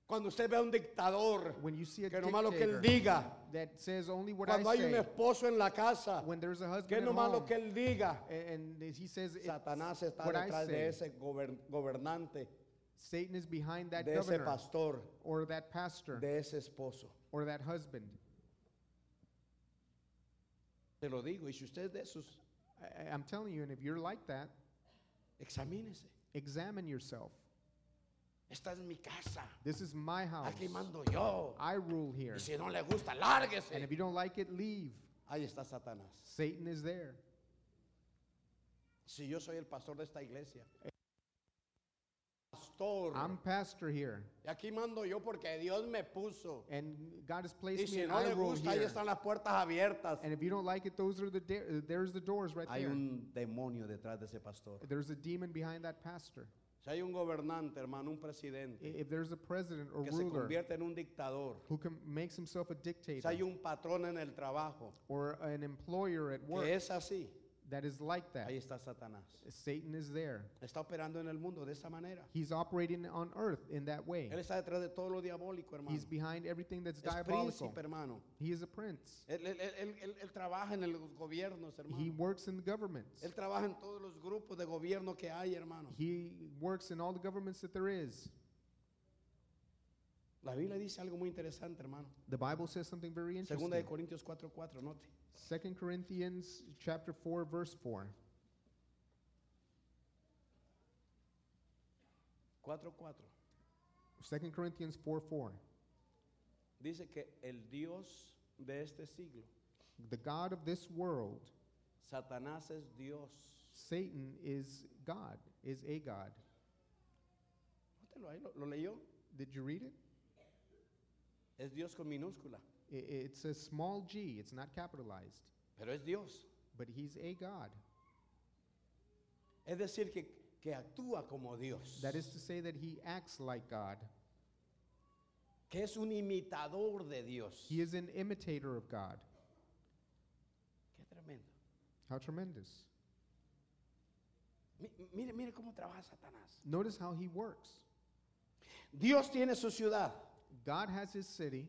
cuando usted ve a un dictador,
when you see a
que nomás lo que
dictator
él diga,
that says only what I
cuando hay un
say,
esposo en la casa,
when there's a husband
que
at
nomás lo
home,
que él diga,
a- and he says
Eh,
it's
Satanás está
what I
detrás
say.
de ese gober- gobernante,
Satan is behind that
de ese
governor
pastor,
or that pastor
de ese esposo.
or that husband.
Te lo digo, y si usted es de esos,
I, I'm telling you, and if you're like that,
examínese.
examine yourself.
Esta es mi casa,
This is my house.
aquí mando yo.
I rule here.
Y si no le gusta,
And
lárguese.
if you don't like it, leave.
Ahí está Satanás.
Satan is there.
Si yo soy el pastor de esta iglesia, pastor,
I'm pastor here,
y aquí mando yo porque Dios me puso.
and God has placed
Y
me
si
and
no
I
le
rule
gusta, ahí
here.
están las puertas abiertas.
And if you don't like it, those are the da- uh, there's the doors right
Hay
there.
un demonio detrás de ese pastor.
There's a demon behind that pastor.
Si hay un gobernante, hermano, un
I-
presidente
If there's a president or
que se
ruler
convierte en un dictador,
who com- makes himself a
si
dictator
hay un patrón en el trabajo
or an employer at work
que es así,
that is like that,
ahí está Satanás.
Satan is there.
Está operando en el mundo de esa manera.
He's operating on earth in that way.
Él está detrás de todo lo diabólico, hermano.
He's behind everything that's
Es
diabolical.
príncipe, hermano.
He is a prince.
Él, él- él- él- él- él trabaja en los gobiernos,
He
hermano.
works in the governments.
Él trabaja en todos los grupos de gobierno que hay, hermano.
He works in all the governments that there is.
La Biblia dice algo muy interesante, hermano.
The Bible says something very
Segunda
interesting.
de Corintios 4:4, note.
2 Corinthians chapter 4 verse 4.
4:4.
2 Corinthians 4 4.
Dice que el Dios de este siglo,
The God of this world,
Satanás es Dios.
Satan is God, is a God.
Nótelo ahí, lo, lo leyó.
Did you read it?
Es Dios con minúscula,
I- i- It's a small g, it's not capitalized,
pero es Dios.
but he's a God.
Es decir, que, que actúa como Dios.
That is to say that he acts like God.
Que es un imitador de Dios.
He is an imitator of God.
Qué tremendo.
How tremendous.
Mi- mire, mire cómo trabaja Satanás.
Notice how he works.
Dios tiene su ciudad.
God has his city.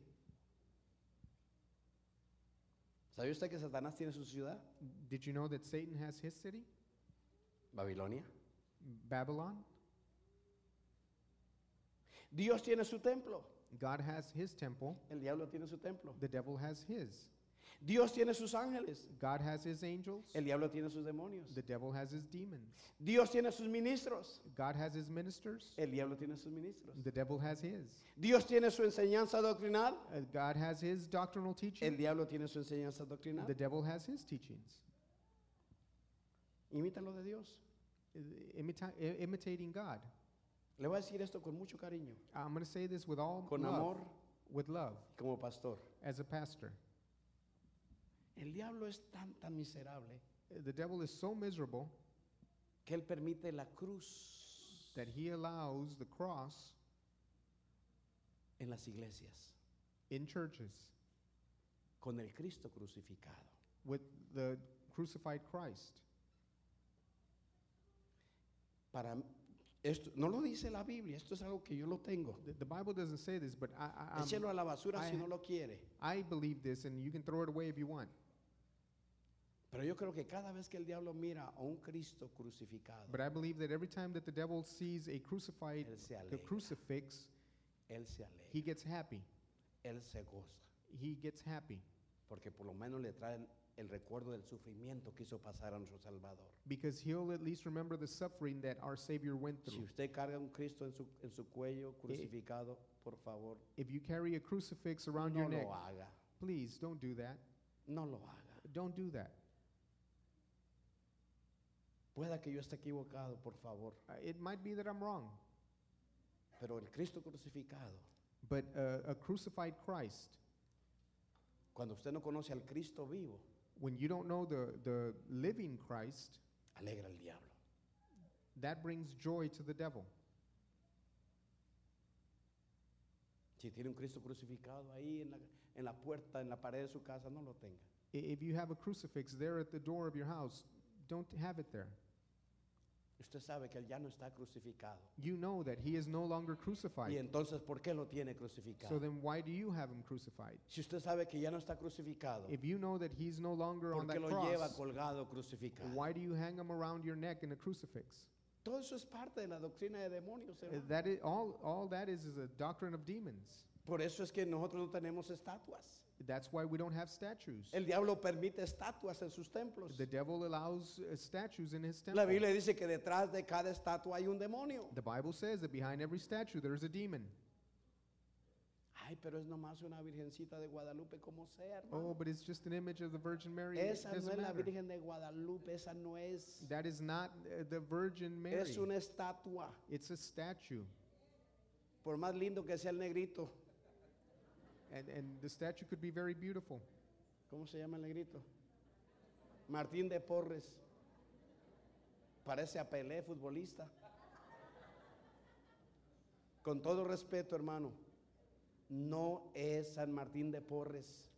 ¿Sabía usted que Satanás tiene su ciudad?
Did you know that Satan has his city?
Babilonia.
Babylon.
Dios tiene su templo.
God has his temple.
El diablo tiene su templo.
The devil has his.
Dios tiene sus ángeles.
God has his angels.
El diablo tiene sus demonios.
The devil has his demons.
Dios tiene sus ministros.
God has his ministers.
El diablo tiene sus ministros.
The devil has his.
Dios tiene su enseñanza doctrinal.
Uh, God has his doctrinal
El
teaching.
diablo tiene su enseñanza doctrinal.
The devil has his teachings.
Imítalo de Dios.
I- imita- i- imitating God.
Le voy a decir esto con mucho cariño,
I'm going to say this with all
con
love,
amor,
with love,
como pastor.
as a pastor.
El diablo es tan tan miserable
Uh, The devil is so miserable
que él permite la cruz
that he allows the cross
en las iglesias
in churches
con el Cristo crucificado.
with the crucified Christ.
Para esto no lo dice la Biblia, esto es algo que yo lo tengo.
The, the Bible doesn't say this, but I, I, I'm-
Échelo a la basura
I-
si no lo quiere.
I believe this, and you can throw it away if you want.
Pero yo creo que cada vez que el diablo mira a un Cristo crucificado,
But I believe that every time that the devil sees a crucified,
Él se
the
alegra.
crucifix,
él se
he
alegra,
gets happy.
él se goza,
He gets happy
porque por lo menos le traen el recuerdo del sufrimiento que hizo pasar a nuestro Salvador.
because he'll at least remember the suffering that our Savior went
Si
through.
usted carga un Cristo en su, en su cuello crucificado, por favor,
If you carry a crucifix around
no
your neck,
lo haga,
please don't do that.
no lo haga.
Don't do that.
Pueda que yo esté equivocado, por favor,
Uh, It might be that I'm wrong,
pero el Cristo crucificado,
but uh, a crucified Christ,
cuando usted no conoce al Cristo vivo,
when you don't know the, the living Christ,
alegra al diablo.
that brings joy to the devil.
Si tiene un Cristo crucificado ahí en la, en la puerta, en la pared de su casa, no lo tenga.
I- If you have a crucifix there at the door of your house, don't have it there.
Usted sabe que él ya no está crucificado.
You know that he is no longer
Y
crucified.
entonces, ¿por qué lo tiene
So
crucificado?
then why do you have him crucified?
si usted sabe que ya no está crucificado,
If you know that he's no longer on
¿por qué
that
lo lleva
cross,
colgado crucificado?
why do you hang him around your neck in a crucifix?
Todo eso es parte de la doctrina de demonios.
Uh,
hermano.
That i- all, all that is is a doctrine of demons.
Por eso es que nosotros no tenemos estatuas.
That's why we don't have statues.
El diablo permite estatuas en sus templos.
The devil allows uh, statues in his
La Biblia
temple.
dice que detrás de cada estatua hay un demonio.
The Bible says that behind every statue there is a demon.
Ay, pero es nomás una virgencita de Guadalupe, como sea, hermano.
Oh, but it's just an image of the Virgin Mary. It
esa no
doesn't
es la
matter.
Virgen de Guadalupe, esa no es.
That is not uh, the Virgin Mary.
Es una estatua.
It's a statue.
Por más lindo que sea el negrito.
And, and the statue could be very beautiful.
¿Cómo se llama el negrito? Martín de Porres. Parece a Pelé, futbolista. Con todo respeto, hermano, no es San Martín de Porres.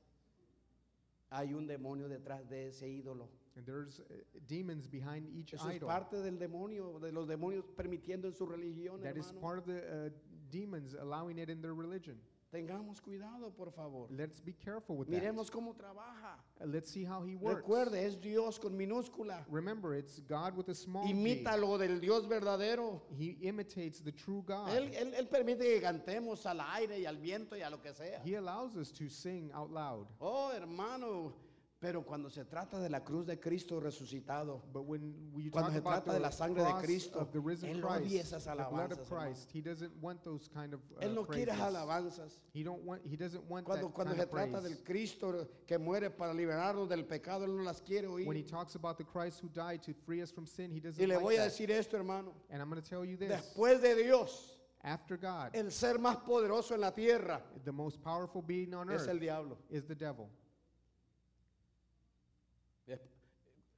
Hay un demonio detrás de ese ídolo.
And there's uh, demons behind each
Eso es
idol.
parte del demonio, de los demonios permitiendo en su religión,
that is
hermano.
part of the uh, demons allowing it in their religion.
Tengamos cuidado, por favor.
Let's be careful with
Miremos cómo trabaja.
that. Uh, Let's see how he works.
Recuerde, es Dios con minúscula.
Remember, it's God with a small d.
Imítalo del Dios verdadero.
He imitates the true God.
Él, él- él permite que cantemos al aire y al viento y a lo que sea.
He allows us to sing out loud.
Oh, hermano, pero cuando se trata de la cruz de Cristo resucitado,
But when we
Cuando
talk
se
about
trata de la sangre
the
de
cross
Cristo,
of the risen
él
Christ,
odia esas
the blood
alabanzas, hermano.
of Christ, he doesn't want those kind of uh,
Él no quiere
praises.
alabanzas.
He don't want. He doesn't want
Cuando,
that
cuando
kind
se
of
trata
praise.
del Cristo que muere para liberarnos del pecado, Él no las quiere
When he
oír.
talks about the Christ who died to free us from sin, he doesn't
Y le
like
voy a
that.
decir esto, hermano.
And I'm going to tell you this:
Después de Dios,
after God,
el ser más poderoso en la tierra
the most powerful being on
es
earth
el diablo.
is the devil.
Desp-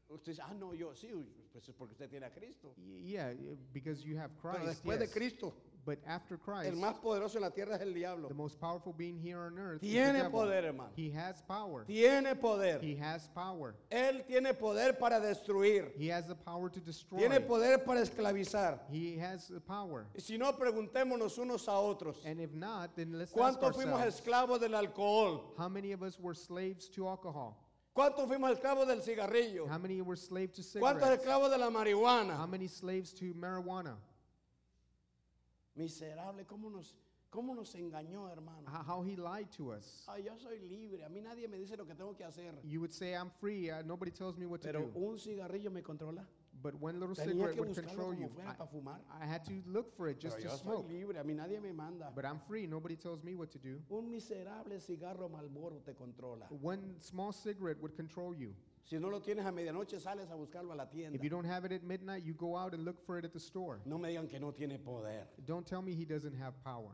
Usted dice, ah, no, yo sí, pues es porque usted tiene a Cristo.
Y- Yeah, y- because you have Christ.
Pero después de
yes.
Cristo,
But after Christ,
el más poderoso en la tierra es el diablo.
the most powerful being here on earth is the
Tiene
devil.
poder, hermano.
He has power.
Tiene poder.
He has power.
Él tiene poder para destruir.
He has the power to destroy.
Tiene poder para esclavizar.
He has the power.
Y si no, preguntémonos unos a otros.
And if not, then let's ask
¿Cuántos fuimos
ourselves,
esclavos del alcohol?
how many of us were slaves to alcohol?
¿Cuántos fuimos esclavos del cigarrillo?
How many were slaves to
¿Cuántos
cigarettes?
esclavos de la
How
marihuana?
many slaves to marijuana?
Miserable, ¿cómo nos, cómo nos engañó, hermano?
How, how he lied to us.
Ay, yo soy libre, a mí nadie me dice lo que tengo que hacer.
You would say, I'm free. Uh, nobody tells me what to
Pero
do.
un cigarrillo me controla.
But one little
Tenía
cigarette
que
would
buscarlo
control
como
you.
fuera para
I,
fumar.
I had to look for it
Pero
just to
yo
smoke.
soy libre, a mí nadie me manda.
But I'm free. Nobody tells me what to do.
Un miserable cigarro Malboro te controla.
One small cigarette would control you.
Si no lo tienes a medianoche, sales a buscarlo a la tienda.
If you don't have it at midnight, you go out and look for it at the store.
No me digan que no tiene poder.
Don't tell me he doesn't have power.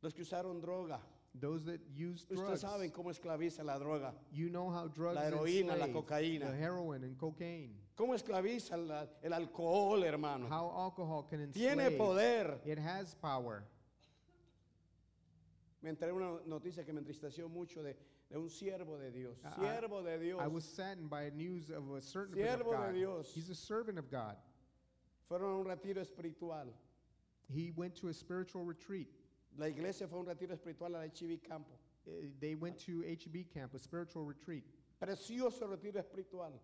Los que usaron droga,
Those that use
ustedes
drugs,
saben cómo esclaviza la droga.
you know how drugs
heroína, la
enslave,
cocaína.
the heroin and cocaine,
Cómo esclaviza la- el alcohol, hermano.
how alcohol can enslave.
Tiene poder.
It has power.
Me enteré una noticia que me entristeció mucho de, de un siervo de Dios.
I-
Siervo de Dios.
Uh-uh. I was saddened by news of a certain
Siervo de
of God.
Dios.
He's a servant of God.
Fueron a un retiro espiritual.
He went to a spiritual retreat.
La iglesia fue a un retiro espiritual a la Chivi Campo.
eh, they went to HB camp, a spiritual retreat,
Precioso retiro espiritual.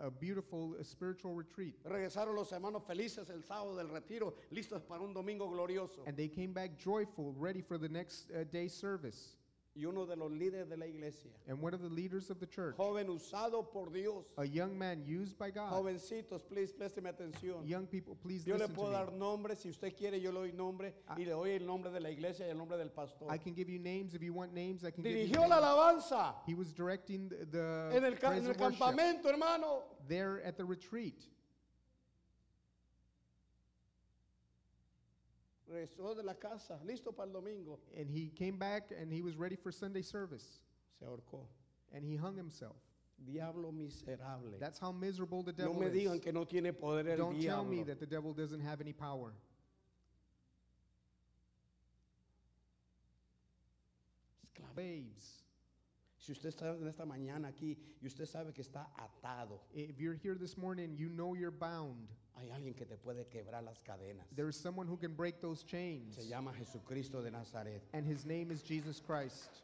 a beautiful uh, spiritual retreat.
Regresaron los hermanos felices el sábado del retiro, listos para un domingo glorioso.
And they came back joyful, ready for the next uh, day's service.
Y uno de los líderes de la iglesia,
And one of the leaders of the church,
joven usado por Dios.
a young man used by God.
Jovencitos, please, présteme atención.
Young people, please
Yo le
listen
puedo
to
dar
me. Ah.
nombres, si usted quiere, yo le doy nombre y le doy el nombre de la iglesia y el nombre del pastor.
I can give you names if you want names. I can give you.
Dirigió la
names.
alabanza
He was directing the,
en
the
el, ca-
praise
en el
and worship
campamento, hermano.
there at the retreat.
Regresó de la casa, listo para el domingo.
And he came back and he was ready for Sunday service.
Se ahorcó.
And he hung himself.
Diablo miserable.
That's how miserable the
No
devil
me digan
is.
que no tiene poder el
Don't tell me
diablo.
that the devil doesn't have any power.
Esclavo.
Babes,
Si usted está en esta mañana aquí y usted sabe que está atado,
if you're here this morning, you know you're bound.
hay alguien que te puede quebrar las cadenas.
There is someone who can break those chains.
Se llama Jesucristo de Nazaret.
And his name is Jesus Christ.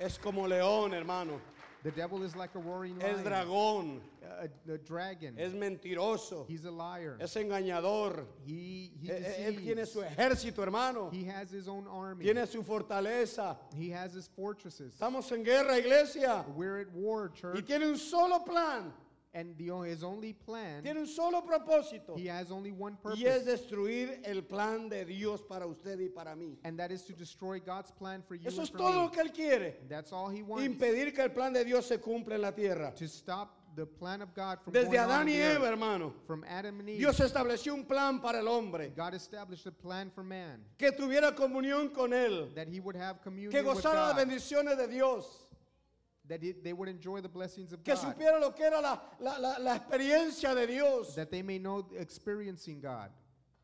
Es como león, hermano.
The devil is like a roaring
Es
lion,
dragón.
a, a dragon.
Es mentiroso.
He's a liar.
Es engañador.
He, he
Eh, eh, Él tiene
deceives.
su ejército, hermano.
He has his own army.
Tiene su fortaleza.
He has his fortresses.
Estamos en guerra, iglesia.
We're at war,
Y
church.
tiene un solo plan.
And the, o- his only plan,
Tiene un solo propósito.
he has only one
Y es
purpose,
destruir el plan de Dios para usted y para mí.
and that is to destroy God's plan for you
Eso
and
es
for
todo lo
me.
que Él quiere.
That's all he wants,
Impedir que el plan de Dios se cumpla en la tierra.
to stop the plan of God from
Desde
going on
Adán
in
y
the earth.
Eva, hermano.
From Adam and Eve,
Dios estableció un plan para el hombre.
God established a plan for man,
Que tuviera comunión con Él.
that he would have
Que
communion with
gozara las
God,
bendiciones de Dios.
that he- they would enjoy the blessings of
Que
God,
supiera lo que era la, la- la- la experiencia de Dios.
that they may know experiencing God,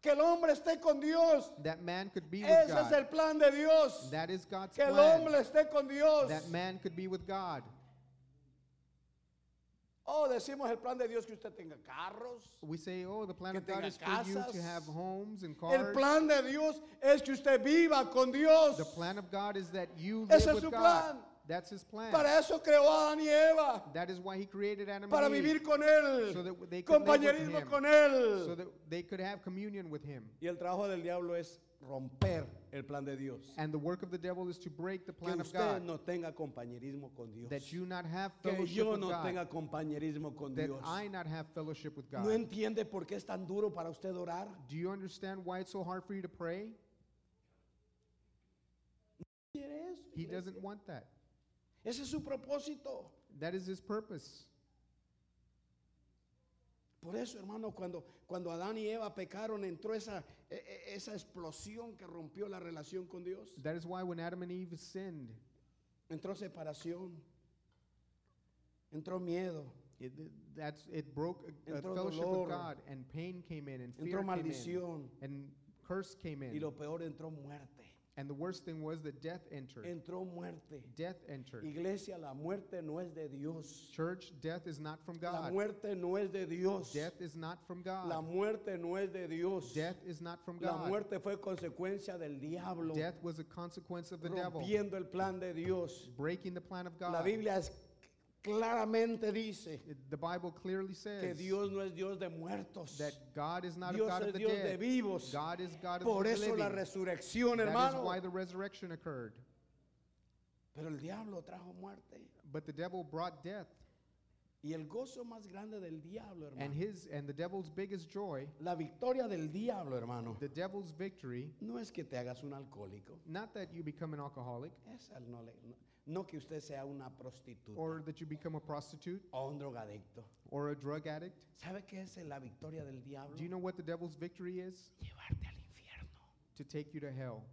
Que el hombre esté con Dios.
that man could be with
Ese es
God.
el plan de Dios.
That is God's
Que el
plan,
hombre esté con Dios.
that man could be with God.
Oh, decimos el plan de Dios que usted tenga carros.
We say, oh, the plan
Que
of God
tenga
is for you to
casas.
have homes and cars.
El plan de Dios es que usted viva con Dios.
The plan of God is that you live
Ese es
with
su
God.
plan.
That's His plan.
Para eso creó a Adán y Eva.
that is why He created Adam
Para
and Eve,
vivir con Él.
So that they could live with
compañerismo
him.
con
so
Él.
that they could have communion with Him.
y el trabajo del diablo es romper el plan de Dios.
And the work of the devil is to break the
Que
plan of
usted
God,
no tenga compañerismo con Dios.
that you not have
que
fellowship
yo
with
no
God,
tenga compañerismo con
that
Dios.
I not have fellowship with God.
¿No entiende por qué es tan duro para usted orar?
Do you understand why it's so hard for you to pray?
¿Quiere eso?
He doesn't want that.
Ese es su propósito.
That is His purpose.
Por eso, hermano, cuando, cuando Adán y Eva pecaron, entró esa, e- e- esa explosión que rompió la relación con Dios.
That is why when Adam and Eve sinned,
Entró separación. Entró miedo.
it, that's, it broke uh,
Entró
fellowship
dolor.
with God, and pain came in, and fear
Entró
came in,
maldición.
and curse came in.
Y lo peor, entró muerte.
And the worst thing was that death entered.
Entró muerte.
death entered.
Iglesia, la muerte no es de Dios.
Church, death is not from
La
God.
muerte no es de Dios.
Death is not from
La
God.
muerte no es de Dios.
Death is not from
La
God.
muerte fue consecuencia del diablo.
Death was a consequence of the devil
Rompiendo el plan de Dios.
breaking the plan of
La
God.
Biblia es- claramente dice
It- The Bible clearly
que
says
Dios no es Dios de muertos.
that God is not a
Dios
God
es
of the
Dios de
dead.
vivos.
God is God of
Por
the
eso la
living.
resurrección,
That is
hermano.
why the resurrection occurred.
Pero el diablo trajo muerte.
But the devil brought death,
Y el gozo más grande del diablo,
and
hermano.
his and the devil's biggest joy,
La victoria del diablo, hermano.
the devil's victory,
No es que te hagas un alcohólico.
not that you become an alcoholic
Esa no, le- no- no que usted sea una prostituta
or that you become a prostitute
o un drogadicto.
or a drug addict.
¿Sabe qué es la victoria del diablo?
Do you know what the devil's victory is?
Llevarte al infierno.
To take you to hell.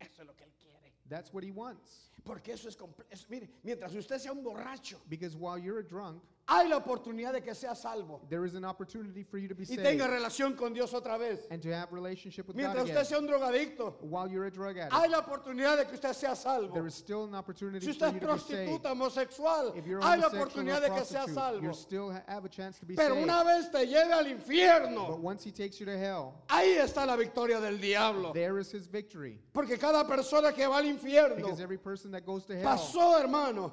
Eso es lo que él quiere.
That's what he wants.
Porque eso es, comple- es- Mire, mientras usted sea un borracho,
Because while you're a drunk,
hay la oportunidad de que seas salvo
There is an opportunity for you to be
y
saved
tenga relación con Dios otra vez.
and to have relationship with God
Mientras
again.
usted sea un drogadicto,
While you're a drug addict,
hay la oportunidad de que usted sea
there
salvo.
is still an opportunity
Si
for
usted
you
es
to be saved.
prostituta homosexual,
If you're
hay la
homosexual
oportunidad
or
de que sea
prostitute, you
salvo.
still ha- have a chance to be
Pero
saved.
una vez te lleve al
But
infierno,
once he takes you to hell,
ahí está la victoria del diablo.
there is his victory.
Porque cada persona que va al infierno
Because every person that goes to hell,
pasó, hermano,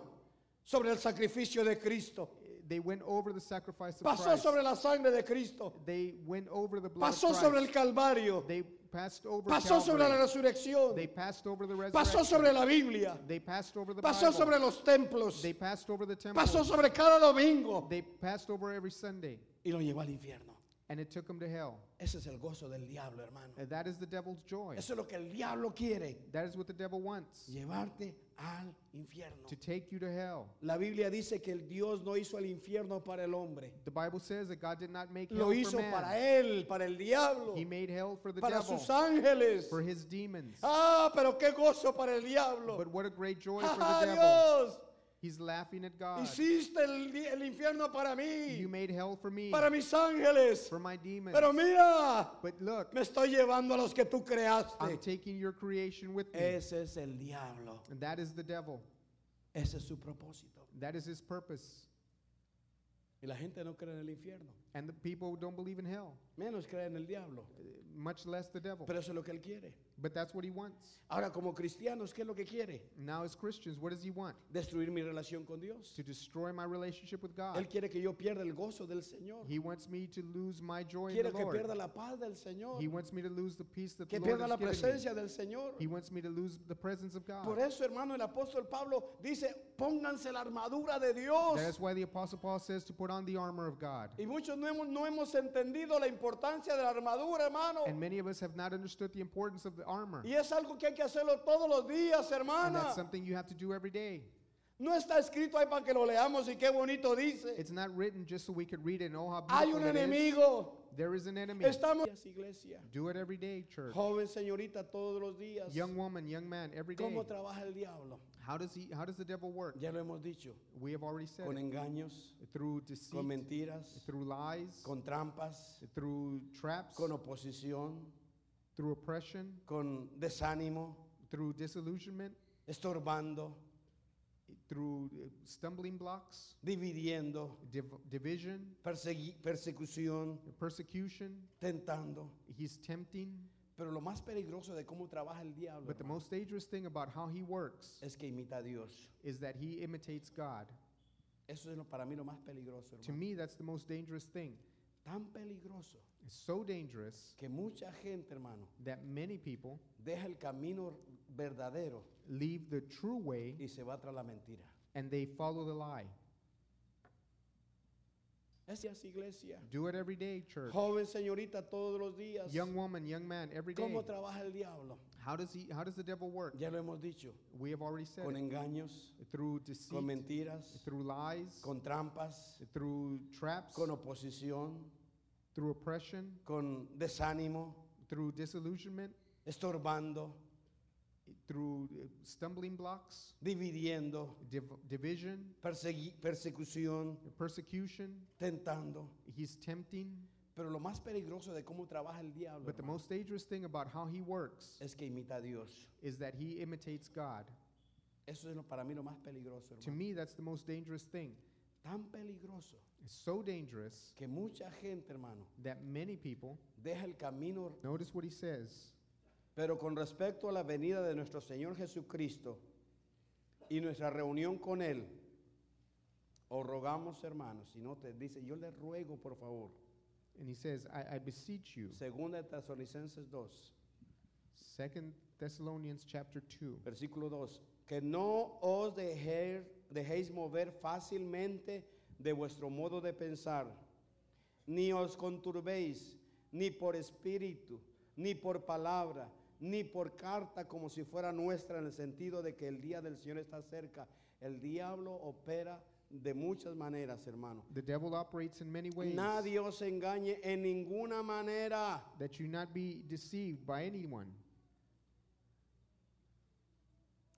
sobre el sacrificio de Cristo.
they went over the sacrifice of
Pasó
Christ.
sobre la sangre de Cristo.
They went over the blood
Pasó
of
sobre el
Christ.
Calvario.
They passed over
Pasó sobre la
Calvary.
resurrección.
They passed over the resurrection.
Pasó sobre la Biblia.
They passed over the
Pasó
Bible.
sobre los templos.
They passed over the temple.
Pasó sobre cada domingo.
They passed over every Sunday.
Y lo llevó al infierno.
And it took them to hell.
Ese es el gozo del diablo, hermano.
And that is the devil's joy.
Eso es lo que el diablo quiere.
That is what the devil wants.
Llevarte al infierno.
To take you to hell.
La Biblia dice que el Dios no hizo el infierno para el hombre.
The Bible says that God did not make
Lo
hell
hizo
for man.
para él, para el diablo,
He made hell for the
para
devil,
sus ángeles.
for his demons.
Ah, pero qué gozo para el diablo.
But what a great joy for
Ah,
the devil.
Dios,
He's laughing at God.
hiciste el, di- el infierno para mí,
You made hell for me,
para mis ángeles.
for my demons.
Pero mira,
But look,
me estoy llevando a los que tú
I'm
creaste.
taking your creation with me.
Ese es el diablo.
And that is the devil.
Ese es su propósito.
That is his purpose.
Y la gente no cree en el infierno,
And the people don't believe in hell,
menos cree en el diablo.
uh, much less the devil.
Pero eso es lo que él quiere.
But that's what he wants.
Ahora, como cristianos, ¿qué es lo que quiere?
Now, as Christians, what does he want?
Destruir mi relación con Dios.
To destroy my relationship with
Él
God.
quiere que yo pierda el gozo del Señor.
He wants me to lose my joy in
Quiere
the
que
Lord.
pierda la paz del Señor.
He wants me to lose the peace that
Que
the Lord
pierda
has
la
given me.
presencia del Señor.
He wants me to lose the presence of God.
Por eso, hermano, el apóstol Pablo dice, pónganse la armadura de
That is
Dios.
why the Apostle Paul says to put on the armor of God.
Y muchos no hemos, no hemos entendido la importancia de la armadura, hermano.
And many of us have not understood the importance of the armor.
Y es algo que hay que hacerlo todos los días,
And that's
hermana.
something you have to do every day.
No está escrito ahí para que lo leamos y qué bonito dice.
It's not written just so we could read it and oh, how
Hay un
beautiful it is.
enemigo.
There is an enemy.
Estamos iglesia.
Do it every day, church.
Joven señorita, todos los días.
Young woman, young man, every day.
¿Cómo trabaja el diablo?
How does he? How does the devil work?
Ya lo hemos dicho.
We have already said
Con
it.
engaños,
through deceit,
con mentiras,
through lies,
con trampas,
through traps,
con oposición,
through oppression,
con desánimo,
through disillusionment,
estorbando,
through uh, stumbling blocks,
dividiendo,
div- division,
persegui- persecución,
persecution.
tentando.
He's tempting,
Pero lo más peligroso de cómo trabaja el diablo
but the
hermano,
most dangerous thing about how he works
es que imita a Dios.
is that he imitates God.
Eso es lo- para mí lo más peligroso.
To
hermano.
me, that's the most dangerous thing.
Tan peligroso
It's so dangerous
que mucha gente, hermano,
that many people
deja el camino verdadero
leave the true way
y se va tras la mentira.
and they follow the lie.
Esa es iglesia.
Do it every day, church.
Joven señorita, todos los días.
Young woman, young man, every day.
¿Cómo trabaja el diablo?
How does he? How does the devil work?
Ya lo hemos dicho.
We have already said
Con
it.
engaños,
through deceit,
con mentiras,
through lies,
con trampas,
through traps,
con oposición,
through oppression,
con desánimo,
through disillusionment,
estorbando,
through uh, stumbling blocks,
dividiendo,
div- division,
persegui- persecución,
persecution.
tentando.
He's tempting,
Pero lo más peligroso de cómo trabaja el diablo
but the
hermano,
most dangerous thing about how he works
es que imita a Dios.
is that he imitates God.
Eso es lo- para mí lo más peligroso,
To
hermano.
me, that's the most dangerous thing.
Tan peligroso
It's so dangerous
que mucha gente, hermano,
that many people
deja el camino
notice what he says.
Pero con respecto a la venida de nuestro Señor Jesucristo y nuestra reunión con Él, os rogamos, hermanos, y no te dice, yo le ruego, por favor,
And he says, I, I beseech you.
segunda de Tesalonicenses 2,
Second Thessalonians chapter 2.
versículo 2, que no os dejer- dejéis mover fácilmente de vuestro modo de pensar, ni os conturbéis, ni por espíritu, ni por palabra, ni por carta como si fuera nuestra, en el sentido de que el día del Señor está cerca. El diablo opera de muchas maneras, hermano.
The devil operates in many ways.
Nadie os engañe en ninguna manera.
That you not be deceived by anyone.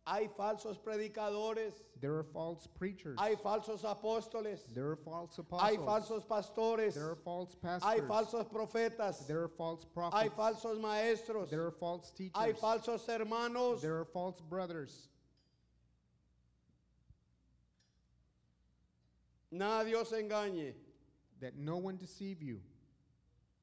Hay falsos predicadores,
There are false preachers.
hay falsos apóstoles,
There are false apostles.
hay falsos pastores,
There are false pastors.
hay falsos profetas,
There are false prophets.
hay falsos maestros,
There are false teachers.
hay falsos hermanos.
There are false brothers.
Nadie os engañe.
That no one deceive you.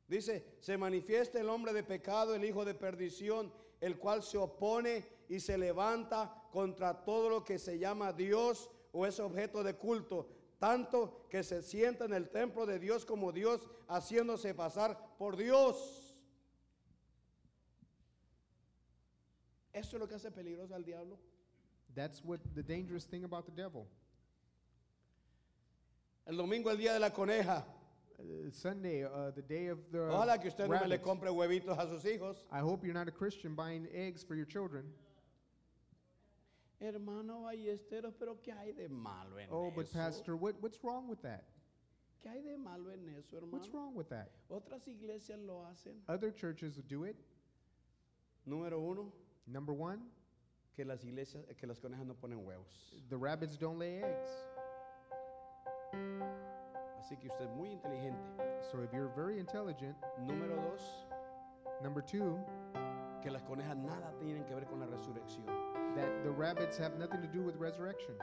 Dice, se manifiesta el hombre de pecado, el hijo de perdición, el cual se opone y se levanta contra todo lo que se llama Dios o es objeto de culto, tanto que se sienta en el templo de Dios como Dios, haciéndose pasar por Dios. Eso es lo que hace peligroso al diablo.
That's what the dangerous thing about the devil.
El domingo, el día de la coneja.
Uh, Sunday, uh, the day of the
Ojalá que usted no me le
rabbit.
compre huevitos a sus hijos.
I hope you're not a Christian buying eggs for your children.
Hermano Ballesteros, pero ¿qué hay de malo en
Oh, but
eso?
pastor, what, what's wrong with that?
¿Qué hay de malo en eso,
What's
hermano?
wrong with that?
Otras iglesias lo hacen.
Other churches do it.
Número uno,
Number one,
que las iglesias, que las conejas no ponen huevos.
the rabbits don't lay eggs.
Así que usted es muy inteligente.
So if you're very intelligent,
Número dos,
number two,
que las conejas nada tienen que ver con la resurrección.
that the rabbits have nothing to do with resurrection.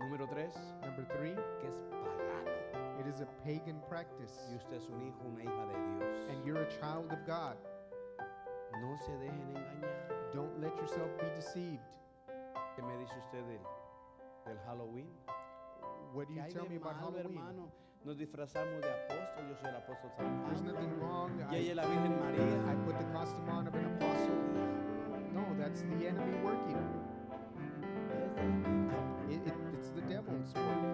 Número tres,
Number three,
que es pagano.
it is a pagan practice.
Y usted es un hijo, una hija de Dios.
And you're a child of God.
No se dejen engañar.
Don't let yourself be deceived.
¿Qué me dice usted del, del Halloween?
What
¿Qué
do you
hay
tell
de
me about
malo,
Halloween?
hermano? Nos disfrazamos de apóstol. Yo soy el apóstol San
There's
Pablo.
nothing wrong.
Y ella es
I,
la Virgen María.
I put the costume on of an apostle. No, that's the enemy working. It, it, it's the devil's work.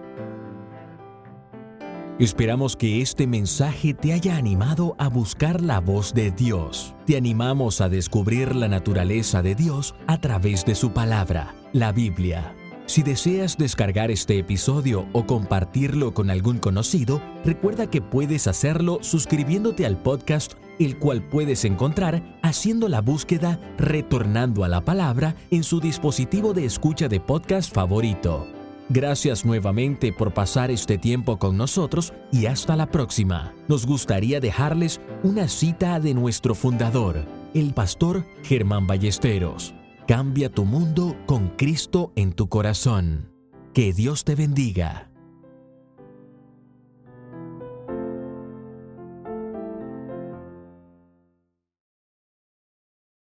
Esperamos que este mensaje te haya animado a buscar la voz de Dios. Te animamos a descubrir la naturaleza de Dios a través de su palabra, la Biblia. Si deseas descargar este episodio o compartirlo con algún conocido, recuerda que puedes hacerlo suscribiéndote al podcast, el cual puedes encontrar haciendo la búsqueda Retornando a la Palabra en su dispositivo de escucha de podcast favorito. Gracias nuevamente por pasar este tiempo con nosotros y hasta la próxima. Nos gustaría dejarles una cita de nuestro fundador, el pastor Germán Ballesteros. Cambia tu mundo con Cristo en tu corazón. Que Dios te bendiga.